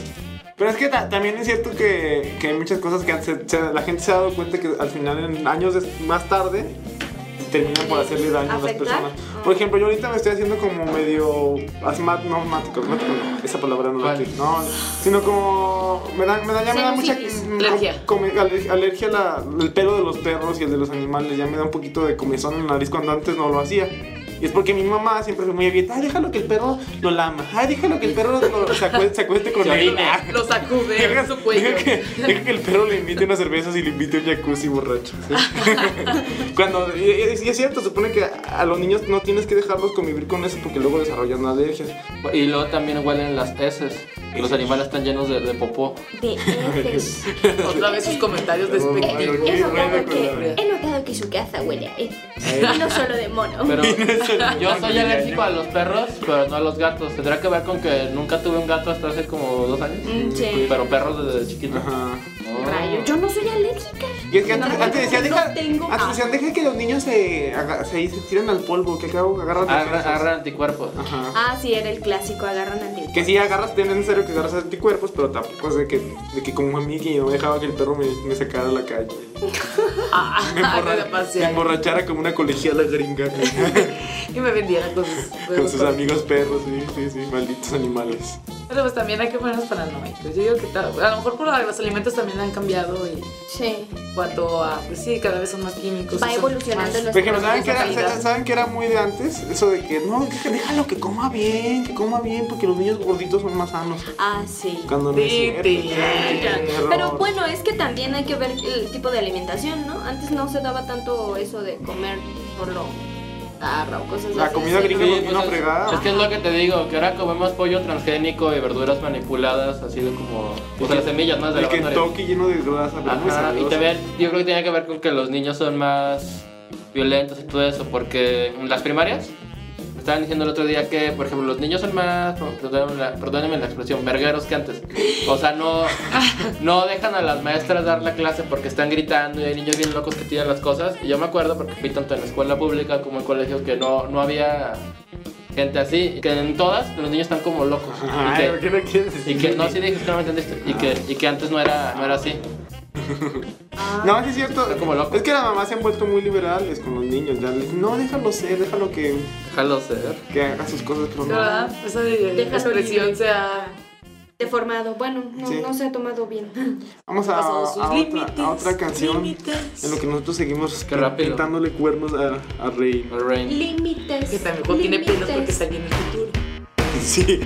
Pero es que ta- también es cierto que, que hay muchas cosas que se- se- la gente se ha dado cuenta que al final, en años des- más tarde, terminan por hacerle daño a las ¿Afectar? personas. Ah. Por ejemplo, yo ahorita me estoy haciendo como medio asmat, no asmático, asmático no, esa palabra no la quiero, no, sino como me da, me da, ya me da mucha Sinusitis. mm, Alergia. come- aler- alergia al pelo de los perros y el de los animales, ya me da un poquito de comezón en la nariz cuando antes no lo hacía. Y es porque mi mamá siempre fue muy abierta. Ay, déjalo que el perro lo lama. Ay, déjalo que el perro lo- se, acueste, se acueste con Se él. Ah, orine, lo sacude en su cuello. Deja que, deja que el perro le invite unas cervezas y le invite un jacuzzi borracho. ¿sí? Cuando, y, y- y es cierto, supone que a los niños no tienes que dejarlos convivir con eso porque luego desarrollan alergias. Y luego también huelen las heces. que Los animales están llenos de, de popó. De heces. Otra vez sus comentarios Eh, despectivos. He notado que, he notado que su casa huele a heces. Y no solo de mono. Pero yo soy alérgico a los perros, pero no a los gatos. ¿Tendrá que ver con que nunca tuve un gato hasta hace como dos años? Mm, sí. Pero perros desde chiquito. Oh. Rayo, yo no soy alérgica. Y es que antes, No, antes decían, no deja, tengo- antes decían, deja que los niños se, aga- se, se tiren al polvo, que acabo agarran Agarra- defensas. agarran Oh. anticuerpos. Ajá. Ah, sí, era el clásico, agarran antiguo. Que si agarras, es necesario que agarras anticuerpos, pero tampoco es de que, de que como a mí que yo no dejaba que el perro me, me sacara a la calle. Ah, me, Ah, emborra- te la pasé. me emborrachara como una colegiala gringa Y me vendiera con sus, con sus amigos perros, sí, sí, sí, malditos animales. Pero pues también hay que ponernos paranoicos. Yo digo que tal- a lo mejor por los alimentos también han cambiado y Sí. en cuanto a, pues sí, cada vez son más químicos. Va usan evolucionando más- los- Por ejemplo, ¿saben Esa que, era, calidad. ¿saben que era muy de antes? Eso de que no, deja- déjalo que coma bien, que coma bien, porque los niños gorditos son más sanos. Ah, sí. Cuando no es cierto. Titi. Error. Pero bueno, es que también hay que ver el tipo de alimentación, ¿no? Antes no se daba tanto eso de comer por lo tarra o cosas La así. comida gringa Sí, nos vino a pues es, fregar. es que es lo que te digo, que ahora comemos pollo transgénico y verduras manipuladas, así de como o sea, las semillas más de El la Kentucky lleno de grasa, pero muy Ajá, y sabroso. también yo creo que tenía que ver con que los niños son más violentos y todo eso, porque en las primarias me estaban diciendo el otro día que, por ejemplo, los niños son más, perdónenme la, perdónenme la expresión, vergueros que antes. O sea, no, no dejan a las maestras dar la clase porque están gritando y hay niños bien locos que tiran las cosas. Y yo me acuerdo porque fui tanto en la escuela pública como en colegios que no, no había gente así, que en todas los niños están como locos. Y Ay, que- ¿por qué no quieres decir? y que no, sí dije que no me entendiste. Y que, y que antes no era, no era así. No, sí es cierto. Está como loco. Es que las mamás se han vuelto muy liberales con los niños. Ya les, no, déjalo ser, déjalo que, Déjalo ser. que haga sus cosas. Pero no. ¿Verdad? Esa de- Déjalo expresión libre. sea. Deformado. Bueno, no, Sí. no se ha tomado bien. Vamos a, a, Pasados sus otra, límites, a otra canción. límites. En lo que nosotros seguimos Qué rápido. pintándole cuernos a, a Rey. El rain. Límites. Que tampoco tiene pelos porque límites. está bien el futuro. Sí.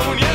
Yeah.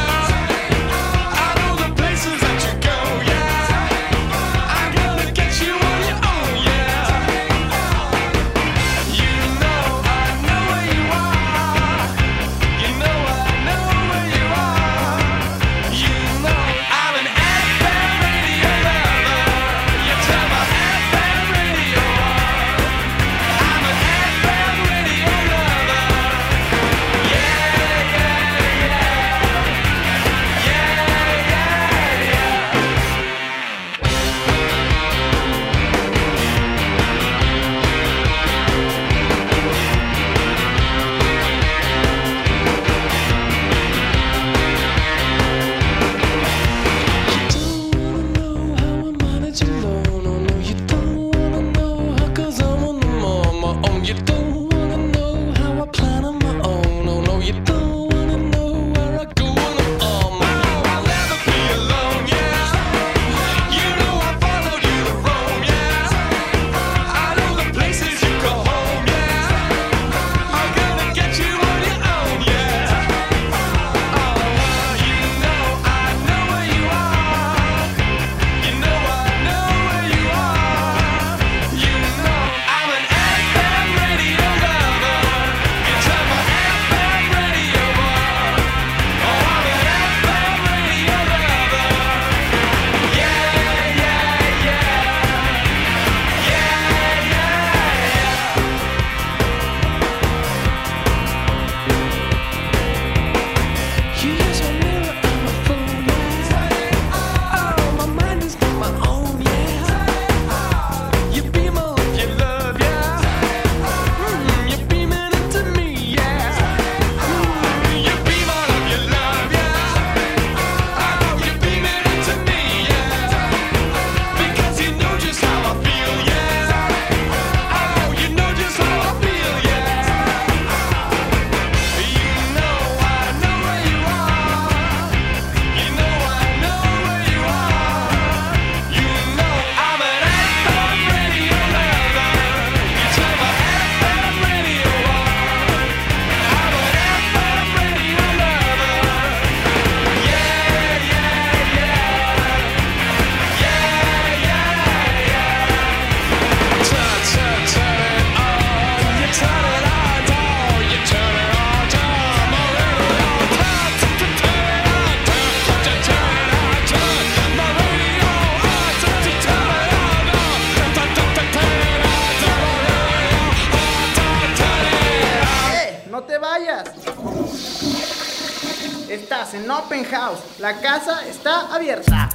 Estás en Open House. La casa está abierta.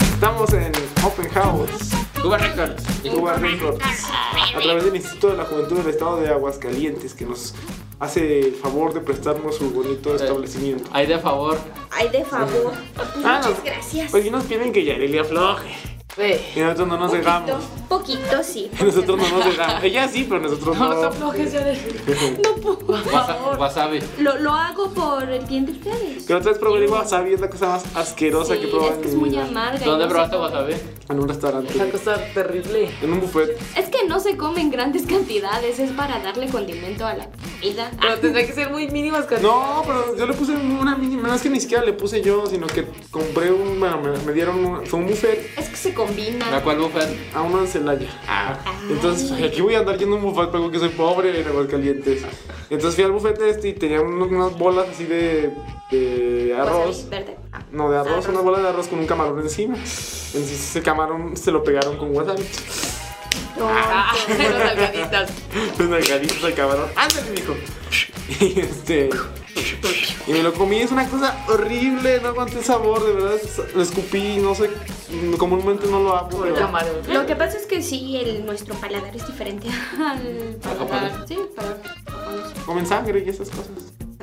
Estamos en Open House. Cuba Records. Cuba Records. A través del Instituto de la Juventud del Estado de Aguascalientes, que nos hace el favor de prestarnos su Eh. bonito establecimiento. Ahí de favor. Ay, de favor. Ah, Muchas no. gracias. Porque nos piden que Yareli afloje. Y nosotros no nos dejamos. Poquito sí. Nosotros no nos dejamos. Ella sí, pero nosotros no. aflojes, ya No puedo. Wasa- Wasabi. Lo, lo hago por el bien de ustedes. Que otra vez probé el wasabi, es la cosa más asquerosa que he Sí, probado es que en es mi muy vida. amarga. y ¿Dónde no se probaste come. wasabi? En un restaurante, Una cosa terrible. en un buffet. Es que no se come en grandes cantidades, es para darle condimento a la comida. Ah, Pero tendría que ser muy mínimas cantidades. No, pero yo le puse una mínima. No es que ni siquiera le puse yo, sino que compré un. Bueno, me, me dieron. un- fue un buffet Es que se combina. ¿La cual buffet? a una en Celaya. Entonces, aquí voy a andar yendo a un buffet, pero que soy pobre en Aguascalientes. Entonces fui al buffet este y tenía unos- unas bolas así de. de arroz. Wasabi verde. Ah. No, de arroz, Arroz. una bola de arroz con un camarón encima. Entonces ese camarón se lo pegaron con wasabi. Ah, las alcaditas. Los nalgaditos al cabrón. Ándale, mijo. Y este. Y me lo comí, es una cosa horrible, no aguanté el sabor, de verdad es- lo escupí, no sé, comúnmente no lo hago, Por pero camarón. Lo que pasa es que sí, el, nuestro paladar es diferente al paladar. japonés. Sí, para japonés. comen sangre y esas cosas.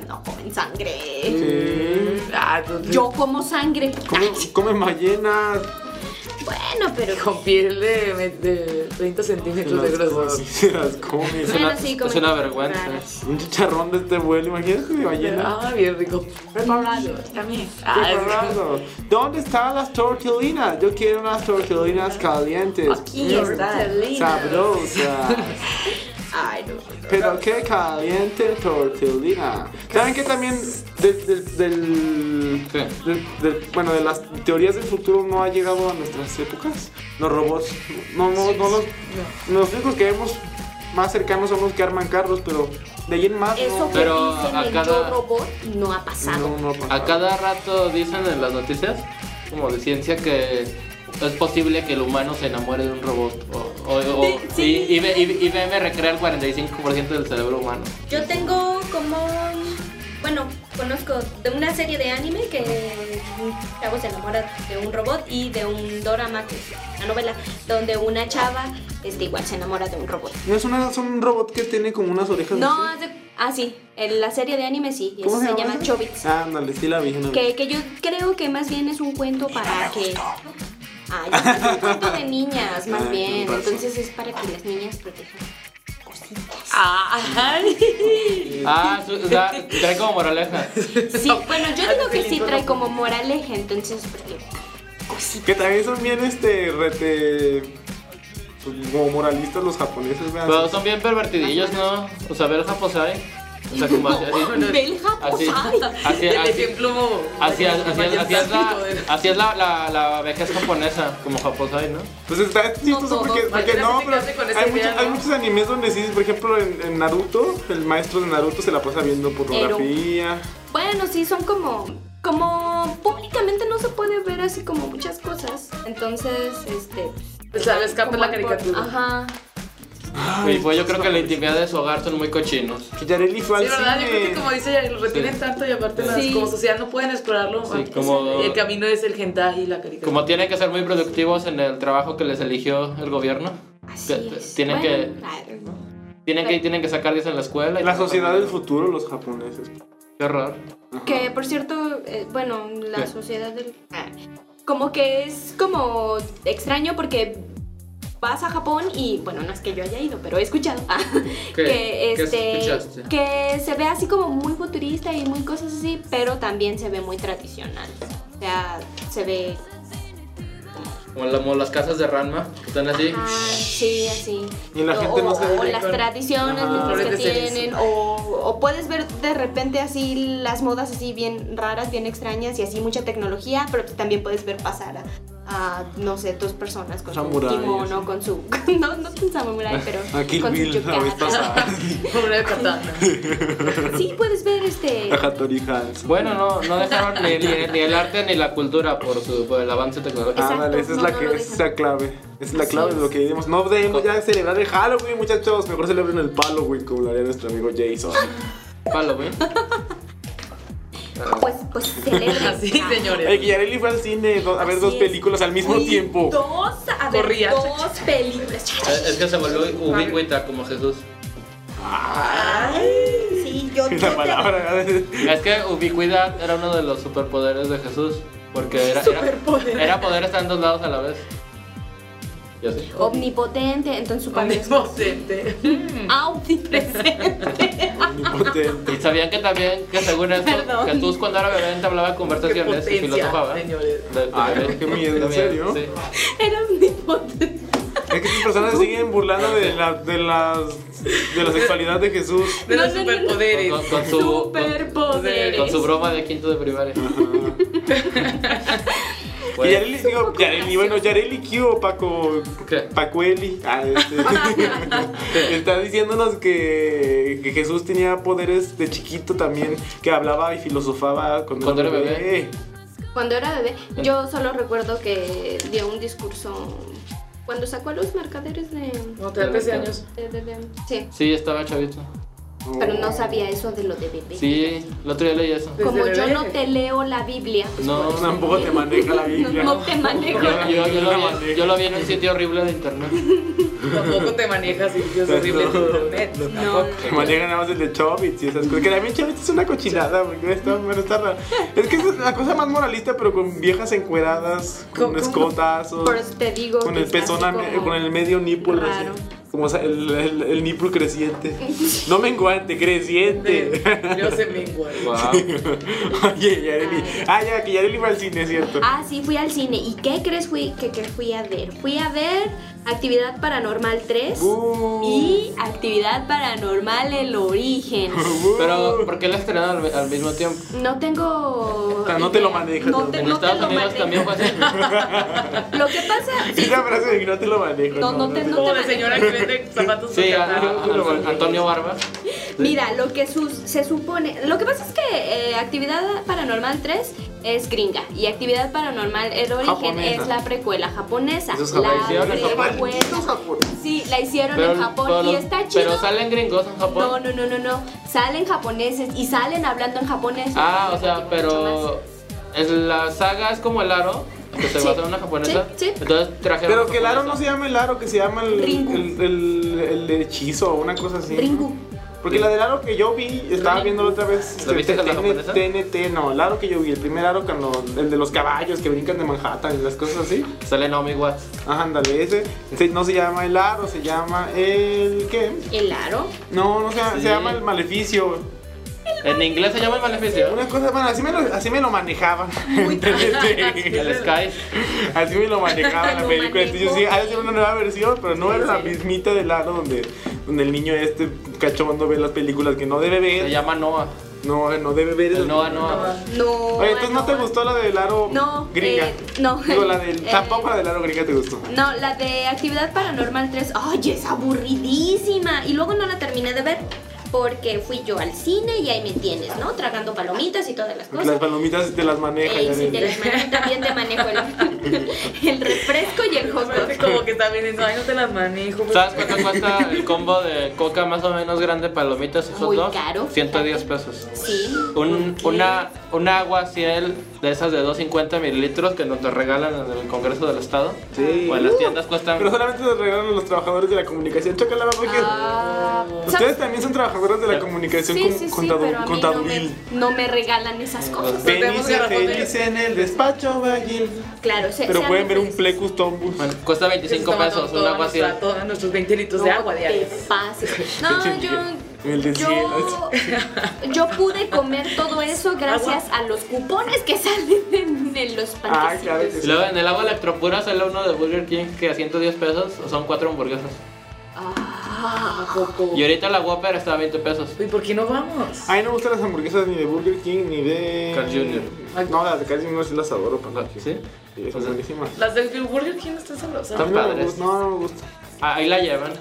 No comen sangre. Sí. Ah, entonces, Yo como sangre. Comen, comen ballenas. Bueno, pero. Con piel de, de 30 centímetros de las grosor. cosas, se las comen. Es una, Bueno, sí, es comen una cosas vergüenza. raras. Un chicharrón de este vuelo, imagínate de ballena. Ah, bien rico. Ah, Preparado. También. Qué raro. ¿Dónde están las tortillinas? Yo quiero unas tortillinas calientes. Aquí está. Sabrosas. Ay, no. Pero qué caliente tortillina. ¿Saben que también del, del, del- ¿Qué? del- del- bueno, de las teorías del futuro no ha llegado a nuestras épocas? Los robots, no, no, no los, los únicos que vemos más cercanos son los que arman carros, pero de ahí en más Eso no, que Pero dicen a el cada- yo robot no ha pasado. no, no ha pasado. A cada rato dicen en las noticias, como de ciencia, que es posible que el humano se enamore de un robot. O, o- o- y, y, y- IBM recrea el 45% del cerebro humano. Yo tengo como. Bueno, conozco de una serie de anime que un chavo se enamora de un robot y de un dorama, que es una novela, donde una chava este, igual se enamora de un robot. No es, una, es un robot que tiene como unas orejas. No, así? haz de- ah, sí, en la serie de anime sí, y ¿Cómo se, llama esa? Chobits. Ah, ándale, sí la vi. no la vi. Que, que yo creo que más bien es un cuento para que. Ah, ya, es un cuento de niñas, Ah, más con bien. razón. Entonces es para que las niñas protejan. Ah, su- da- trae como moraleja. Sí, bueno, yo digo que sí trae como moraleja, entonces porque cosita. Que también son bien, este, rete. pues, Como moralistas los japoneses, vean. Pero son bien pervertidillos, ¿no? O sea, ver el Japosai. O sea, como así. Del Así, Japosai. así, así, El así, ejemplo. así, así- vaya- así es la, joder. así es la, la, la vejez japonesa, como Japosai, ¿no? Pues está chistoso todos, porque, porque Martina, no, sí te pero quedaste con esa hay, idea, muchos, hay ¿no? muchos animes donde sí, por ejemplo, en, en Naruto, el maestro de Naruto se la pasa viendo pornografía. Bueno, sí, son como. Como públicamente no se puede ver así como muchas cosas. Entonces, este. O sea, le escapa la caricatura. Ajá. Y pues yo creo que la intimidad de su hogar son muy cochinos. Que Yareli fue Sí, al verdad, yo creo que cine. como dice, Yael, lo retienen Sí. tanto y aparte las, Sí. como sociedad no pueden explorarlo. Sí, Ah, como- El camino es el hentai y la caricatura. Como tienen que ser muy productivos en el trabajo que les eligió el gobierno, Así Te- te- es. tienen Bueno, que- claro. tienen que, tienen que sacar 10 en la escuela. y La todo. sociedad del futuro, los japoneses. Qué horror. Que por cierto, eh, bueno, la ¿Qué? sociedad del. ah, Como que es como extraño porque vas a Japón y, bueno, no es que yo haya ido, pero he escuchado ah, ¿Qué? que, ¿Qué este, escuchaste? que se ve así como muy futurista y muy cosas así, pero también se ve muy tradicional. O sea, se ve. Como, la- como las casas de Ranma, que están así. ah, sí, así. Y la O- gente no se o, o ve las con- tradiciones Ajá. mismas que Flores de cenizo. tienen, o, o puedes ver de repente así las modas así bien raras, bien extrañas y así mucha tecnología, pero también puedes ver pasar a a, no sé, dos personas con Samuráis. su kimono, con su. No, no con samurai, pero. A Kill con Bill, su la vez Ah, yukata. Sí, puedes ver este. Ah, Bueno, no, no dejaron ni, ni- ni el arte ni la cultura por, su, por el avance tecnológico. Ah, dale, esa es la, que, esa es la clave. Esa es la clave de lo que vivimos. No debemos ya celebrar el Halloween, muchachos. Mejor celebren el Halloween, como lo haría nuestro amigo Jason. Halloween. Pues, pues celebra. Sí, señores. Ey, que Yareli fue al cine do- a ver dos películas al mismo tiempo. Dos, a ver, Corría. dos películas. Cha, cha, Es es que se volvió ubicuita como Jesús. Ay, sí, yo. La palabra. Es que ubicuidad era uno de los superpoderes de Jesús. Porque era, era, era poder estar en dos lados a la vez. Yo sí. Omnipotente, entonces su padre. es- Omnipotente. Ah, Omnipresente. Y sabían que también, que según esto, Perdón. Jesús cuando era bebé entablaba conversaciones y filosofaba. De- señores. de Ay, bebé. qué miedo, ¿en serio? Sí. Era omnipotente. Es que estas personas siguen burlando de la, de las, de la sexualidad de Jesús. De No, los no, no, no. superpoderes. Con, con su, Superpoderes. con su broma de quinto de primaria. Y Pues, Yareli, digo, Yareli, bueno, Yareli Q o Paco. ¿Qué? Pacueli. Ah, este, está diciéndonos que, que Jesús tenía poderes de chiquito también, que hablaba y filosofaba cuando, Cuando era bebé. Cuando era bebé, yo solo recuerdo que dio un discurso cuando sacó a los mercaderes de. No te da 13 años. de- de- de- sí, sí, estaba chavito. pero no sabía eso de lo de bebé. Sí, el otro día leí eso. Desde Como yo bebé. no te leo la Biblia, pues, No, por eso Tampoco te maneja la Biblia. no te manejo. Yo, yo- yo lo, vi, yo lo vi en un sitio horrible de internet. Tampoco te manejas sitios horribles de internet. No. Que manejan nada más el de Chobits y esas cosas. Que también Chobits es una cochinada, porque está, bueno, está raro. Es que es la cosa más moralista, pero con viejas encueradas, con ¿Cómo? escotazos, Por eso te digo. con que el está pezón, así ame- como- con el medio nípulo, así. raro. como sa- el, el, el nípulo creciente. No menguante, creciente. Yo se mengua. Wow. Oye, Yareli. Ah, ya, que Yareli va al cine, ¿cierto? Ah, sí, fui al cine. ¿Y qué crees fui, que, que fui a ver? Fui a ver Actividad Paranormal 3 Uh. y Actividad Paranormal El Origen. Uh. Pero, ¿por qué la estrenaron al, al mismo tiempo? No tengo... eh, O sea, no te lo manejas, No ¿no? te, En no te Estados lo Unidos manejo. también fue así. Lo que pasa... Sí, la frase de que no te lo manejo. No, no te- Como la señora que vende zapatos Sí, a- a- catálogo. a- Antonio Barba. Mira, lo que sus- se supone... Lo que pasa es que eh, Actividad Paranormal 3 es gringa y Actividad Paranormal El Origen Japonesa. es la precuela japonesa. Esos la japoneses, ¿no? Malditos precuela. japoneses. Sí, la hicieron en Japón pero- y está chido. pero salen gringos en Japón. No, no, no, no, no. Salen japoneses y salen hablando en japonés. Ah, No, o sea, no, mucho pero es- la saga es como el aro, que se Sí. basa en una japonesa. Sí, sí. Entonces trajeron. Pero que el aro no se japonesa. llama el aro, que se llama el, Ringu. el, el, el hechizo o una cosa así. ¿no? Ringu. Porque la del aro que yo vi, estaba Ringu. viendo otra vez. este, ¿Lo viste con la japonesa? TN- TNT, no, el aro que yo vi, el primer aro cuando, el de los caballos que brincan de Manhattan y las cosas así. Sale Naomi Watts. Ajá, ándale, ese. Ese no se llama el aro, se llama el. ¿Qué? más. El aro. No, no se llama, Sí. se llama el maleficio. En inglés se llama el maleficio. Una cosa, bueno, así me lo, así me lo manejaban. TNT. El Sky. Así me lo manejaba la Lo película. Entonces yo decía, manejó. ha de ser una nueva versión, pero no era la mismita del lado donde, donde el niño este cachondo ve las películas que no debe Se ver. llama Noah. No, no debe ver. El esas- Noah Noah. No. Oye, entonces no te gustó la del aro No, gringa. eh, no. Digo, la del, Eh, tampoco la del aro gringa te gustó. No, la de Actividad Paranormal 3. ¡Ay, es aburridísima! Y luego no la terminé de ver porque fui yo al cine y ahí me tienes, ¿no? Tragando palomitas y todas las cosas. Las palomitas te las maneja. Ey, ya sí, ves. te las manejo, también te manejo el, el refresco y el hot Aparte, dog. Como Pues, que también eso, ay, no te las manejo. pues. ¿Sabes cuánto cuesta el combo de coca más o menos grande, palomitas y hot Muy dog? caro, 110 pesos. Sí. Un, ¿por qué? una, una agua ciel de esas de 250 mililitros que nos regalan en el Congreso del Estado. Sí. O en las tiendas cuestan. Pero solamente nos regalan a los trabajadores de la comunicación. Chócala, porque Ah, ustedes también son trabajadores de la comunicación Sí, con- sí, sí, pero a contadu- mí no me, contaduril. no me regalan esas cosas. Nos vemos Feliz, garrafón de- feliz en el despacho, Bagil. Claro, se, Pero Eh, sean pueden ver un felices. plecus tombus. Bueno, cuesta Que se 25 toman pesos toda un agua nuestra- ciel. Todos nuestros 20 litros No de agua diaria. te pases. No, yo. El del cielo. Yo, yo pude comer todo eso gracias a los cupones que salen en, en los Ah, panquecitos. claro que Y sí. luego en el agua electropura sale uno de Burger King que a 110 pesos son cuatro hamburguesas. Ah, Ah, Joco. Y ahorita la Whopper está a 20 pesos. ¿Y por qué no vamos? A mí no me gustan las hamburguesas ni de Burger King ni de. Carl Jr.. No, las de Carl Jr. sí las adoro, para ¿Sí? Sí, son buenísimas. Las del Burger King están A sabrosas. mí no me padres. gusta- No, no me gusta. Ah, ahí la llevan.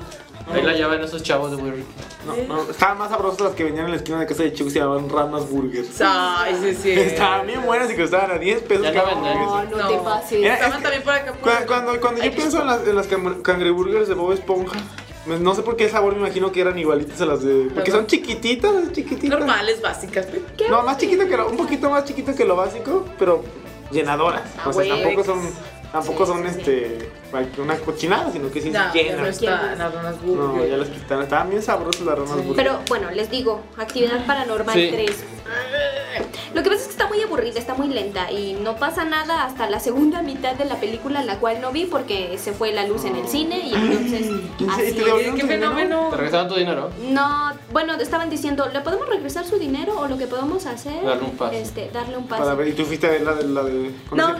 Ahí Ah. la llevan esos chavos de Burger No, no, estaban más sabrosas las que venían en la esquina de casa de Chuck que se llamaban Ramas Burgers. Ay, sí, sí. Estaban bien buenas y costaban a 10 pesos Ya no cada venden. hamburguesa. No, no te pases. Era- Estaban también por acá. por- Cu- Cuando, cuando yo pienso en las, en las cam- cangreburgers de Bob Esponja, me- no sé por qué sabor me imagino que eran igualitas a las de. Porque son chiquititas, chiquititas. Normales, básicas. pero- No, más chiquito que lo, un poquito más chiquito que lo básico, pero llenadoras. o sea, güey. tampoco son, tampoco son este una cochinada, sino que sí No, ya no llenas. están las No, ya burgers. las quitaron. Estaban bien sabrosas las ramas burgers. Pero bueno, les digo, actividad paranormal Sí. 3. Lo que pasa es que está muy aburrida, está muy lenta y no pasa nada hasta la segunda mitad de la película, la cual no vi porque se fue la luz en el cine y entonces ¿En serio? así. ¿Te devolvieron ¿Qué tu dinero? fenómeno? Te regresaron tu dinero. No, bueno, estaban diciendo, ¿le podemos regresar su dinero o lo que podemos hacer? Darle un pase. Este, darle un pase. Para ver, y tú fuiste de la de la de. Con No, ese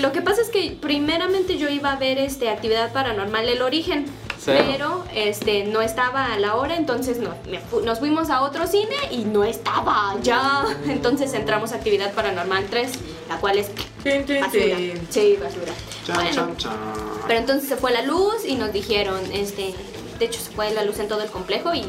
lo que pasa es que primeramente yo iba a ver este actividad paranormal el origen, Cero. pero este no estaba a la hora, entonces no, me fu- nos fuimos a otro cine y no estaba ya, entonces entramos a actividad paranormal 3, la cual es Tin, tin, basura. tin. Sí, basura. Chan, Bueno, chan, chan. pero entonces se fue la luz y nos dijeron, este, de hecho se fue la luz en todo el complejo y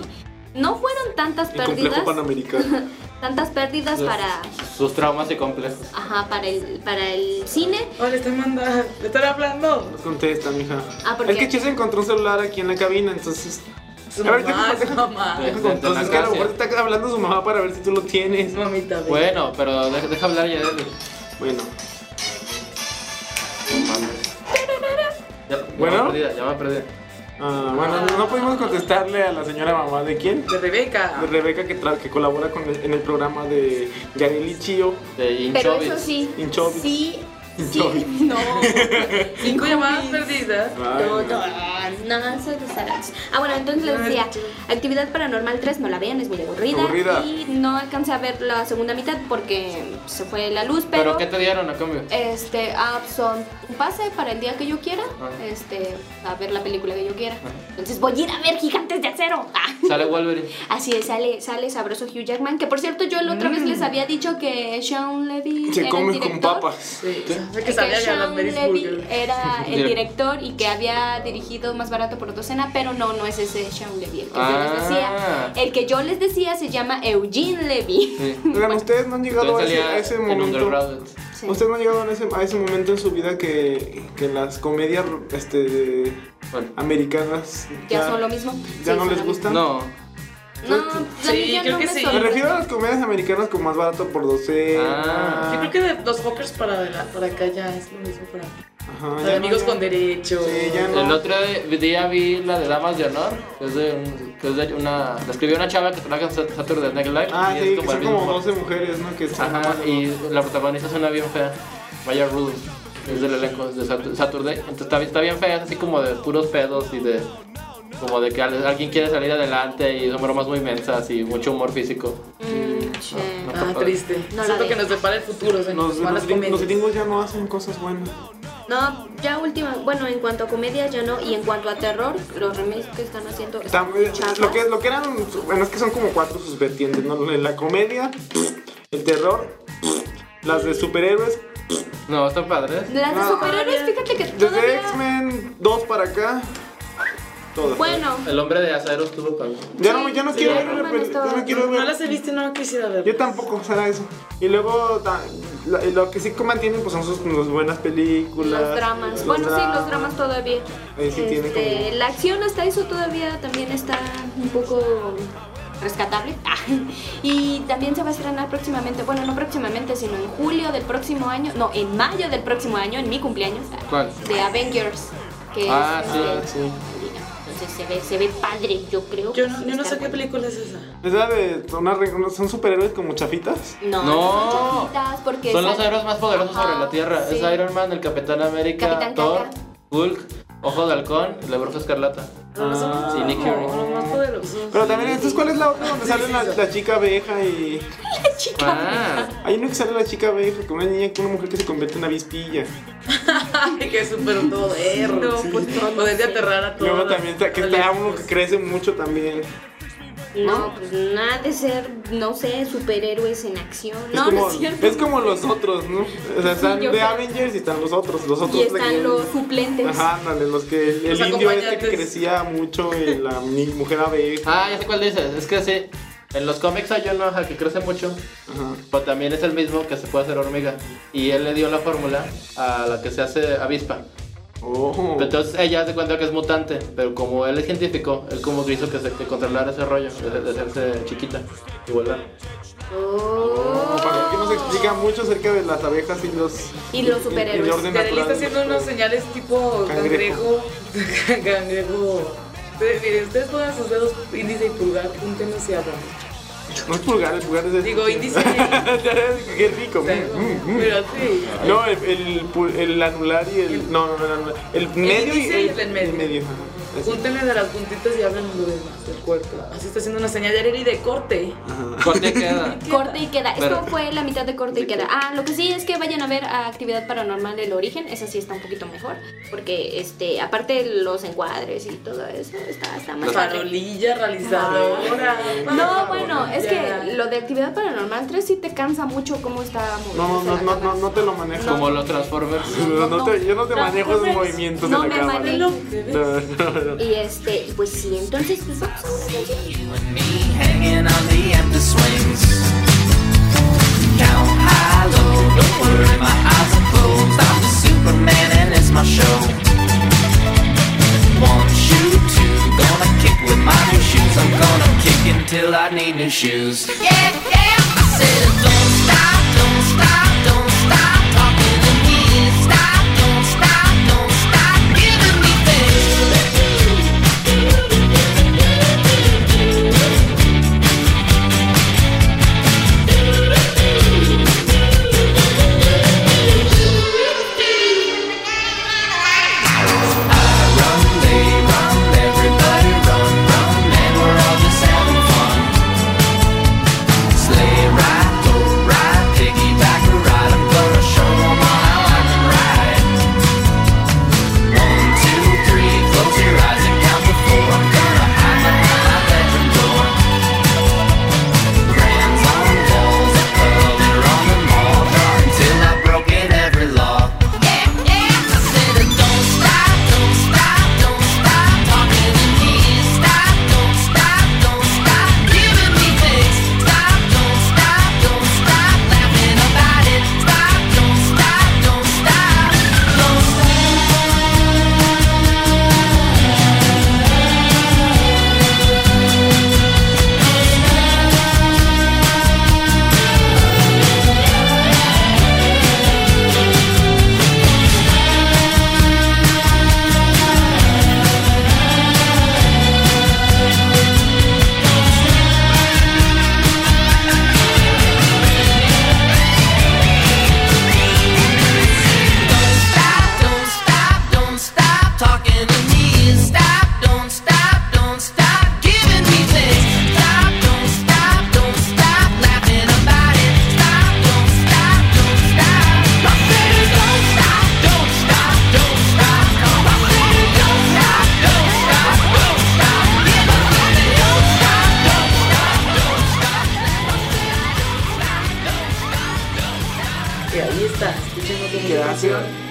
no fueron tantas El complejo pérdidas, panamericano. tantas pérdidas para Sus traumas y complejos. Ajá, para el, para el cine. Hola, están mandando. Oh, ¿Le están hablando? No Contesta, mija. Ah, ¿por es qué? que Chis encontró un celular aquí en la cabina, entonces. Su A ver, mamá, deja- su mamá. Sí. Entonces, que a lo mejor te está hablando su mamá para ver si tú lo tienes. Su mamita. ve. Bueno, pero deja, deja hablar ya de él. Bueno, Ya, ya Bueno. me perdí, ya me perdí. Ah, bueno, no- no pudimos contestarle a la señora mamá de quién. De Rebeca. De Rebeca que, tra- que colabora con el- en el programa de Yareli Chio. De Pero Inchobis. eso sí, Inchobis. sí, Inchobis. sí, no, Cinco llamadas perdidas. Ay, no, no. no, no, eso es de Sarax. Ah, bueno, entonces les decía, Actividad Paranormal 3, no la vean, es muy aburrida. Aburrida. Y no alcancé a ver la segunda mitad porque se fue la luz, pero... ¿Pero qué te dieron a cambio? Este, ah, son un pase para el día que yo quiera, Ah. este, a ver la película que yo quiera. Entonces voy a ir a ver Gigantes de Acero. Ah. Sale Wolverine. Así es, sale, sale sabroso Hugh Jackman, que por cierto yo la otra vez les había dicho que Sean Levy Se era come el con director. papas. Sí. Que, Que sabía ya las Sean Mary's Levy Burger. era el Direct- director y que había dirigido Más Barato por Docena, pero no, no es ese Sean Levy el que yo les Ah. decía. El que yo les decía se llama Eugene Levy. Sí. Oigan, ustedes no han llegado a Entonces ese, salía a ese en momento. Underground. Sí. Ustedes no han llegado a ese, a ese momento en su vida que, que las comedias este, Bueno. americanas Ya, son lo mismo. ya Sí, no son les lo gustan. No, mismo. No, Sí, a mí ya creo no que me sí. Me sorprende. refiero a las comedias americanas con más barato por docena. Ah. Yo creo que de los hawkers para, la- para acá ya es lo mismo para mí. Ajá, Para Ah, ya amigos no- con derecho. Sí, ya no. el otro día vi la de Damas de Honor, que es de, un- que es de una... La escribió una chava que trabaja en Sat- Saturday Night Live. Ah, y sí, es que como el son mismo. como 12 mujeres, ¿no? Que están Ajá, y la protagonista es una bien fea, Maya Rudolph, es del elenco de Sat- Saturday, entonces está, bien- está bien fea, es así como de puros pedos y de... Como de que al- alguien quiere salir adelante y son bromas muy inmensas y mucho humor físico. Mm, sí. No, Ah, no. triste. No la Siento que dejo. nos depara el futuro. o sea, Los, los, malas gring- los comedias. gringos ya no hacen cosas buenas. No, ya última, bueno, en cuanto a comedia ya no, y en cuanto a terror, los remakes que están haciendo Está muy- chapas. lo, que, lo que eran, bueno, es que son como cuatro sus vertientes, ¿no? La comedia, el terror, las de superhéroes. No, están padres. Las de Ah, superhéroes, fíjate que Desde todavía... X-Men 2 para acá. Todas. Bueno, El hombre de acero estuvo para mí. ya no, ya no sí, quiero ya ver, la no peli- me ya no gustó. quiero No ver. las he visto y no quisiera ver. Yo tampoco, será eso. Y luego ta- la- y lo que sí que mantienen pues son sus, sus buenas películas. los dramas. los bueno, sí, los dramas todavía. Ahí sí tiene Este, como- La acción hasta eso todavía también está un poco rescatable. Ah, Y también se va a estrenar próximamente, bueno, no próximamente, sino en julio del próximo año, no, en mayo del próximo año, en mi cumpleaños, ¿Cuál? de Avengers. Que Ah, es, sí, este, sí. Entonces se ve, se ve padre, yo creo. Yo que no, sí yo no sé está qué bueno. película es esa. Es la de. Son, unas re- son superhéroes como chafitas. No, No. son chafitas porque Son los sale- héroes más poderosos Ajá, sobre la Tierra. sí. Es Iron Man, el Capitán América, Capitán Thor, Caca. Hulk, Ojo de Halcón y la Bruja Escarlata. Ah, No somos Ah, Sí, Nick Fury. los más poderosos. Ah. Pero también, entonces, ¿cuál es la otra donde sale la, la chica abeja y. Ah, Hay uno que sale la chica abeja, con una niña, con una mujer que se convierte en avispilla. Ay, que es súper moderno. Pues todo lo de aterrar a Luego todos. también está, que está uno que crece mucho también. No, pues nada de ser, no sé, superhéroes en acción. Es, No, como, no es cierto. es como los otros, ¿no? O sea, están yo de creo. Avengers y están los otros. Los otros Y de que- están los suplentes. Ajá, ándale, los que el, Los indio este que acompañantes. crecía mucho y la ni- mujer abeja. ah, ya sé cuál dices. Es que sí. En los cómics hay una hoja que crece mucho, Ajá. pero también es el mismo que se puede hacer hormiga. Y él le dio la fórmula a la que se hace avispa. Oh. Pero Entonces ella se cuenta que es mutante, pero como él es científico, él como que hizo que se que controlara ese rollo, de, de hacerse chiquita y volver. Oh, para que nos explica mucho acerca de las abejas y los Y los y- superhéroes. y el orden Yareli natural está de haciendo los unos superhéroes. señales tipo Cangrejo. cangrejo. Cangrejo. Ustedes, miren, ustedes pongan sus dedos índice y pulgar, puntenos y hablan. No es pulgar, el pulgar es de- Digo, índice y- Qué rico. O sea, mm, mm, mm. Pero sí. No, el, el, pu- el anular y el. No, no, no, no, no. El medio índice y el en medio. ajá. Así. Júntenle de las puntitas y hablen lo demás del cuerpo. Así está haciendo una señal Yareli de corte. Corte queda. Corte y queda. Esto Pero- fue la mitad de corte y queda. Ah, lo que sí es que vayan a ver a Actividad Paranormal El Origen. Esa sí está un poquito mejor. Porque, este, aparte los encuadres y todo eso, está, está más padre. Farolilla realizadora. No, bueno, es que Ya. lo de Actividad Paranormal 3 sí te cansa mucho cómo está No, moviéndose no, la no, no, cámara. no te lo manejo. Como los Transformers. No, no te- yo no te No, manejo no esos me- movimientos no de la me cámara. manejo. No, no, no. Y este, pues sí, entonces, pues vamos a una canción. hanging on the empty swings. Now I look over, my eyes are closed. I'm the Superman and it's my show. One shoe, two, gonna kick with my new shoes. I'm gonna kick until I need new shoes. Yeah, yeah. I said, don't stop, don't stop, don't stop talking to me. Stop, don't stop, don't stop giving me things. Run, they run, everybody run, run, and we're all just having fun. Sleigh ride, goat ride, piggyback a ride, I'm gonna show 'em all how I can ride. One, two, three, close your eyes and count to four. I'm gonna hide behind my bedroom door. Brands on walls, a pub, and on the mall, drawing till I've broken every law. Y ahí está, escuchando tu Gracias. canción.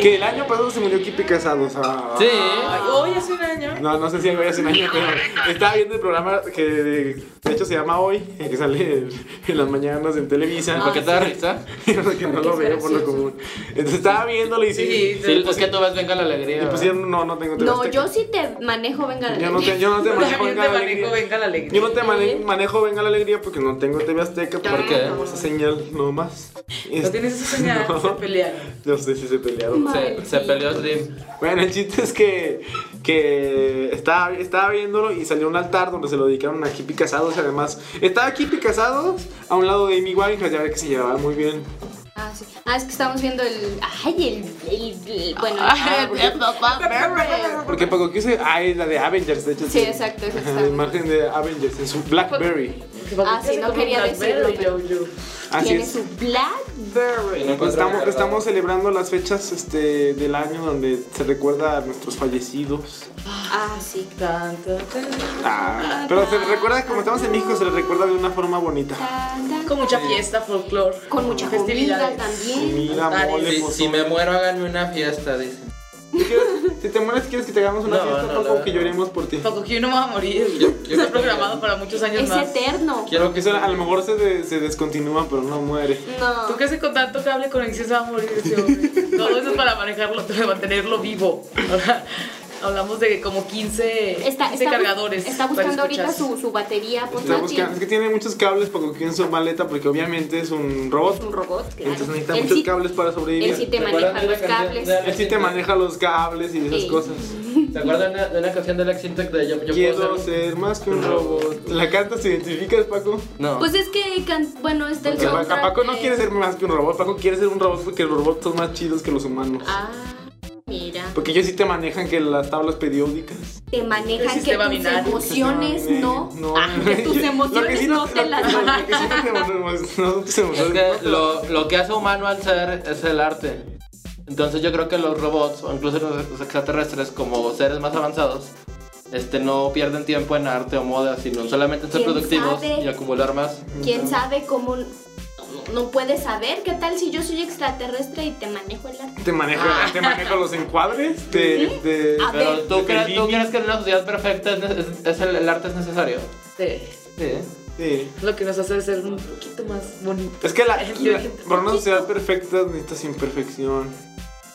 Que el año pasado se murió ah. Kipi Casado. O sea, Sí. Ay, hoy hace un año. No, no sé si algo hace un año, pero estaba viendo el programa que de hecho se llama Hoy, que sale en, en las mañanas en Ah, Televisa. ¿Por qué te da risa? Porque no lo veo por lo común. Entonces estaba viéndolo y sí. Sí. Sí, es que tú ves, venga la Y alegría. pusieron, no, no tengo TV No, Azteca. yo sí te manejo, venga. Yo no te, yo no te manejo, También venga te la alegría. manejo, venga la alegría. Yo no te mane- manejo, venga la alegría, porque no tengo TV Azteca. ¿Por qué? Tengo esa señal nomás. No tienes esa señal, Este. No. se pelean. No sé si se pelearon. Se, se peleó Slim. Bueno, el chiste es que, que estaba, estaba viéndolo y salió un altar donde se lo dedicaron a Hippie Casados. Además, estaba Hippie Casados a un lado de Amy Winehouse, ya ve que se llevaba muy bien. Ah, sí. Ah, es que estamos viendo el. Ay, el. el- el- bueno. Ah, el- porque- Porque Paco dice, ah, es la de Avengers, de hecho. Sí, exacto, es Ajá, La imagen de Avengers en su Blackberry. Ah, sí, no quería decirlo, pero. Así Tiene es. su Blackberry. Pues estamos, estamos celebrando las fechas este, del año donde se recuerda a nuestros fallecidos. Ah, sí. Ah, pero se les recuerda, como estamos en México, se les recuerda de una forma bonita. Con mucha fiesta, folclore. Con mucha festividad Comida, mole, pues, Si, si pozole. me muero, háganme una fiesta, dicen. Si te mueres, ¿quieres que te hagamos una No, fiesta, no, Paco, no, que no. lloremos por ti? Paco, que yo no me voy a morir. Está programado para muchos años Es más. eterno. Quiero que eso a lo mejor se, de- se descontinúa, pero no muere. No. ¿Tú qué haces con tanto cable conexión se va a morir ese hombre? Todo eso es para manejarlo, para mantenerlo vivo. Ahora, hablamos de como 15, Está, 15 está, bu- cargadores. está para buscando ahorita escuchas. su, su batería pues, Está portátil. buscando- es que tiene muchos cables Paco que en su maleta porque obviamente es un Es robot. un robot, claro. Entonces necesita Él muchos sí- cables para sobrevivir. Él sí te maneja los cables. Él sí te maneja los cables y esas Sí. cosas. ¿Se acuerdan de una, de una canción de Lex Intec de Yo, yo Quiero puedo ser? ser más que un pues, robot. ¿La cantas? ¿Te identificas, Paco? No. Pues es que, can- bueno, está el Porque Pa- soundtrack Paco no de- quiere ser más que un robot. Paco quiere ser un robot porque los robots son más chidos que los humanos. Ah, mira. Porque ellos sí te manejan que las tablas periódicas. Te El manejan que sistema tus binario. emociones no. Pues, No, que tus emociones no te las lo- lo que sí no te- no te- no Es te- que lo, lo que hace humano al ser es el arte. Entonces yo creo que los robots, o incluso los, los extraterrestres, como seres más avanzados, este, no pierden tiempo en arte o moda, sino solamente en ser ¿Quién productivos sabe? y acumular más. ¿Quién sabe cómo.? No, no puedes saber. ¿Qué tal si yo soy extraterrestre y te manejo el arte? Te manejo, te manejo los encuadres, te, te- Ah. A Pero ver. ¿tú, crees, Te tú limitas. crees que en una sociedad perfecta es ne- es- es el, el arte es necesario. Sí, Sí. sí. Este, lo que nos hace ser un poquito más bonito. Es que la, Yo la- dije, para una sociedad perfecta necesitas imperfección.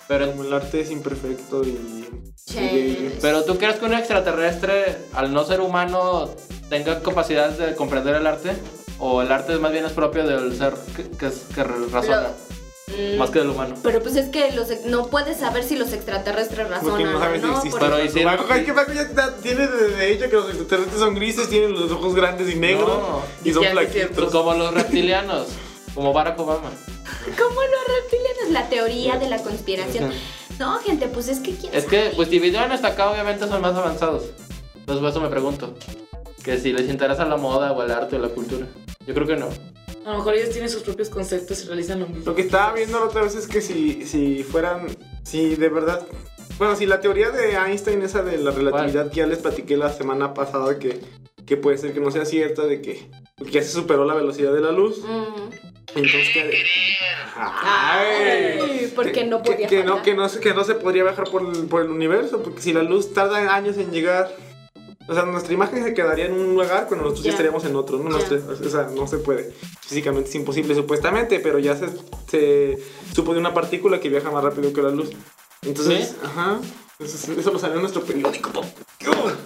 Pero, Como el arte es imperfecto y. Sí. y- pero ¿tú crees que un extraterrestre, al no ser humano, tenga capacidad de comprender el arte? ¿O el arte más bien es propio del ser que, que, es- que razona? Mm, Más que del humano. Pero pues es que los ex- no puedes saber si los extraterrestres Porque razonan no sabes o si no. existe. por- Pero hicieron- Paco, es que Paco ya está- tiene de, de hecho que los extraterrestres son grises, tienen los ojos grandes y negros No. y son Ya, sí, Pues flaquitos. Como los reptilianos, como Barack Obama. ¿Cómo los reptilianos? La teoría de la conspiración. No, gente, pues es que quién Es que, pues si vinieron hasta acá, obviamente son más avanzados. Entonces, por eso me pregunto. Que si les interesa la moda o el arte o la cultura. Yo creo que no. A lo mejor ellos tienen sus propios conceptos y realizan lo mismo. Lo que estaba viendo la otra vez es que si, si fueran. Si de verdad. Bueno, si la teoría de Einstein, esa de la relatividad que ya les platiqué la semana pasada, que, que puede ser que no sea cierta, de que, que ya se superó la velocidad de la luz. Mm. Entonces, ¿qué haré? Ay, porque no podía que, que no, faltar. que, no, se- que no se podría viajar por el, por el universo, porque si la luz tarda años en llegar, o sea, nuestra imagen se quedaría en un lugar cuando nosotros ya Ya. estaríamos en otro, ¿no? Ya. Nuestra- o sea, no se puede. Físicamente es imposible, supuestamente, pero ya se, se supo de una partícula que viaja más rápido que la luz. Entonces, ¿Sí? ajá, entonces, eso, lo salió en nuestro periódico. po.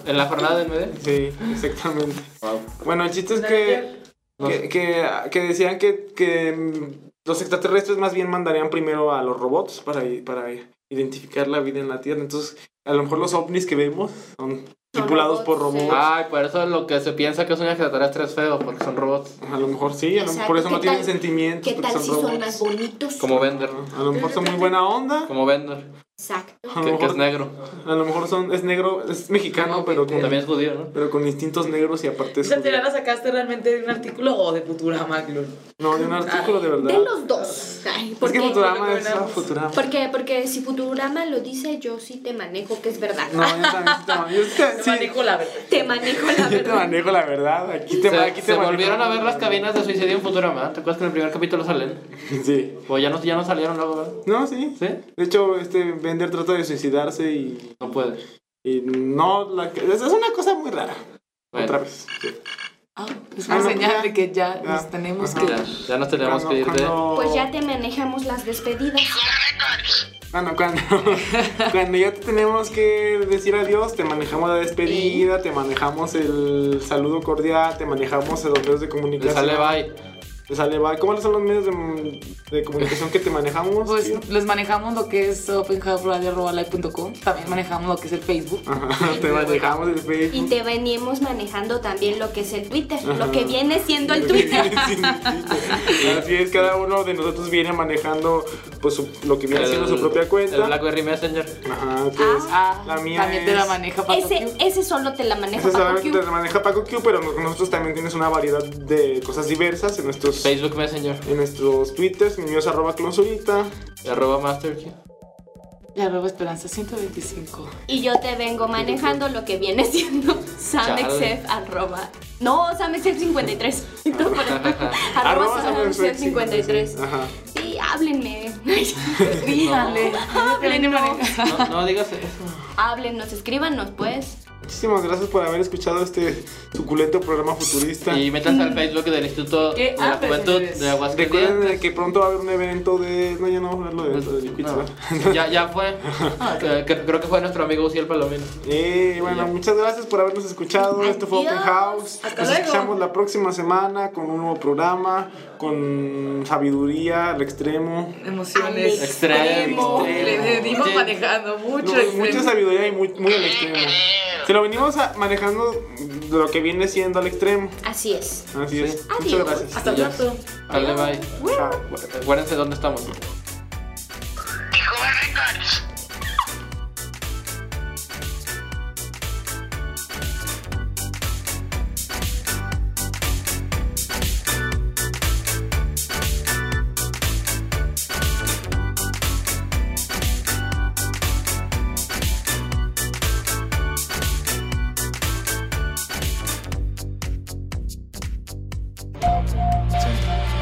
En la jornada del medio. Sí, exactamente. Wow. Bueno, el chiste es que... Que, que, que decían que, que mm, los extraterrestres más bien mandarían primero a los robots para, i- para identificar la vida en la Tierra. Entonces, a lo mejor los ovnis que vemos son tripulados por robots, robots. Ay, por eso lo que se piensa que es un extraterrestre es feo, porque son robots. A lo mejor sí, a lo- Exacto. por eso no ¿Qué tienen tal- sentimientos, ¿Qué porque tal son si son más robots. bonitos? Como Bender. A lo mejor son muy buena onda. Como Bender, Exacto. A lo que, que es mejor, negro. a lo mejor son, es negro, es mexicano, pero con, También es judío, ¿no? pero con instintos negros y aparte es ¿Esa teoría judío. la sacaste realmente de un artículo o de Futurama? Glor? No, Ah, de un artículo de verdad. De los dos. Ay, ¿por Es que qué? Futurama es Futurama. ah, Futurama. Porque, porque si Futurama lo dice, yo sí te manejo, que es verdad. No, yo también, no, yo- Te sí, manejo la verdad. Te manejo la Yo te verdad. manejo la verdad, aquí te, se aquí te se manejo. volvieron a ver las cabinas de suicidio en Futurama. ¿Te acuerdas que en el primer capítulo salen? Sí. O ya no, ya no salieron luego, ¿verdad? No, sí. ¿Sí? De hecho, este Bender trata de suicidarse y, No puede. y no... La, es, es una cosa muy rara. Bueno. Otra vez. sí. Ah, es Ah, una no, señal ya. de que ya, Ya. nos tenemos Ajá. que Ya, ya nos tenemos Cuando- que ir de. cuando- Pues ya te manejamos las despedidas. Bueno, Ah, cuando, cuando ya te tenemos que decir adiós, te manejamos la despedida, te manejamos el saludo cordial, te manejamos los medios de Le comunicación. sale bye. O sea, le va- ¿Cómo son los medios de, de comunicación que te manejamos? Pues tío? les manejamos lo que es openhouseradio.com, también manejamos lo que es el Facebook. Ajá, te manejamos Y el Facebook. te venimos manejando también lo que es el Twitter, Ajá. lo que viene siendo el Lo que Twitter. Así es, cada uno de nosotros viene manejando pues su- lo que viene El- siendo su propia cuenta. el BlackBerry Messenger. Ajá, que es la mía Ah, también te la es- maneja para Ese, ese solo te la maneja Esa Paco sabe Q. que te maneja Paco Q, pero con nosotros también tienes una variedad de cosas diversas en nuestros Facebook Messenger. En nuestros twitters, mi mío es arroba clonsolita. Arroba master. Y arroba Esperanza 125. Y yo te vengo manejando lo que viene siendo Chale. samexef arroba. No, samexef 53. Arroba arroba samexef 53. Ajá. Sí, háblenme. Díganle. Háblenos. No, no digas eso. Háblenos, escríbanos pues. Muchísimas gracias por haber escuchado este suculento programa futurista. Y métanse al Facebook del Instituto ¿Qué de la haces, Juventud señores? de Recuerden Aguascalientes. de que pronto va a haber un evento de. No, ya no vamos a hablar lo de, de Liquids, ¿verdad? Pues, No, ya, ya fue. Que- que- creo que fue nuestro amigo Uciel Palomino. Eh, bueno, muchas gracias por habernos escuchado. Esto fue Open House. Nos escuchamos la próxima semana con un nuevo programa, con sabiduría al extremo. Emociones. Extremo. Le le dimos Sí. manejando mucho. No, extremo. mucha sabiduría y muy, muy al extremo. Se lo venimos a- manejando de lo que viene siendo al extremo. Así es. Así es. Muchas Adiós. gracias. Hasta Ya. pronto. Dale, bye. Chao. Acuérdense dónde estamos.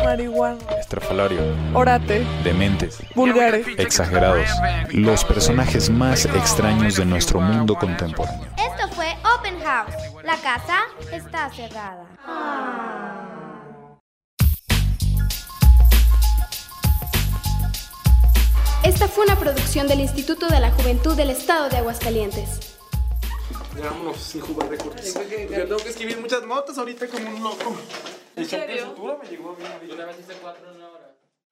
Marihuana. Estrafalario. Orate. Dementes. Vulgares. Exagerados. Los personajes más extraños de nuestro mundo contemporáneo. Esto fue Open House. La casa está cerrada. Esta fue una producción del Instituto de la Juventud del Estado de Aguascalientes. Ya vámonos sin jugar de cortes. Porque tengo que escribir muchas notas ahorita como un loco. El shock del futuro me llegó bien ahorita. Una vez hice cuatro, no.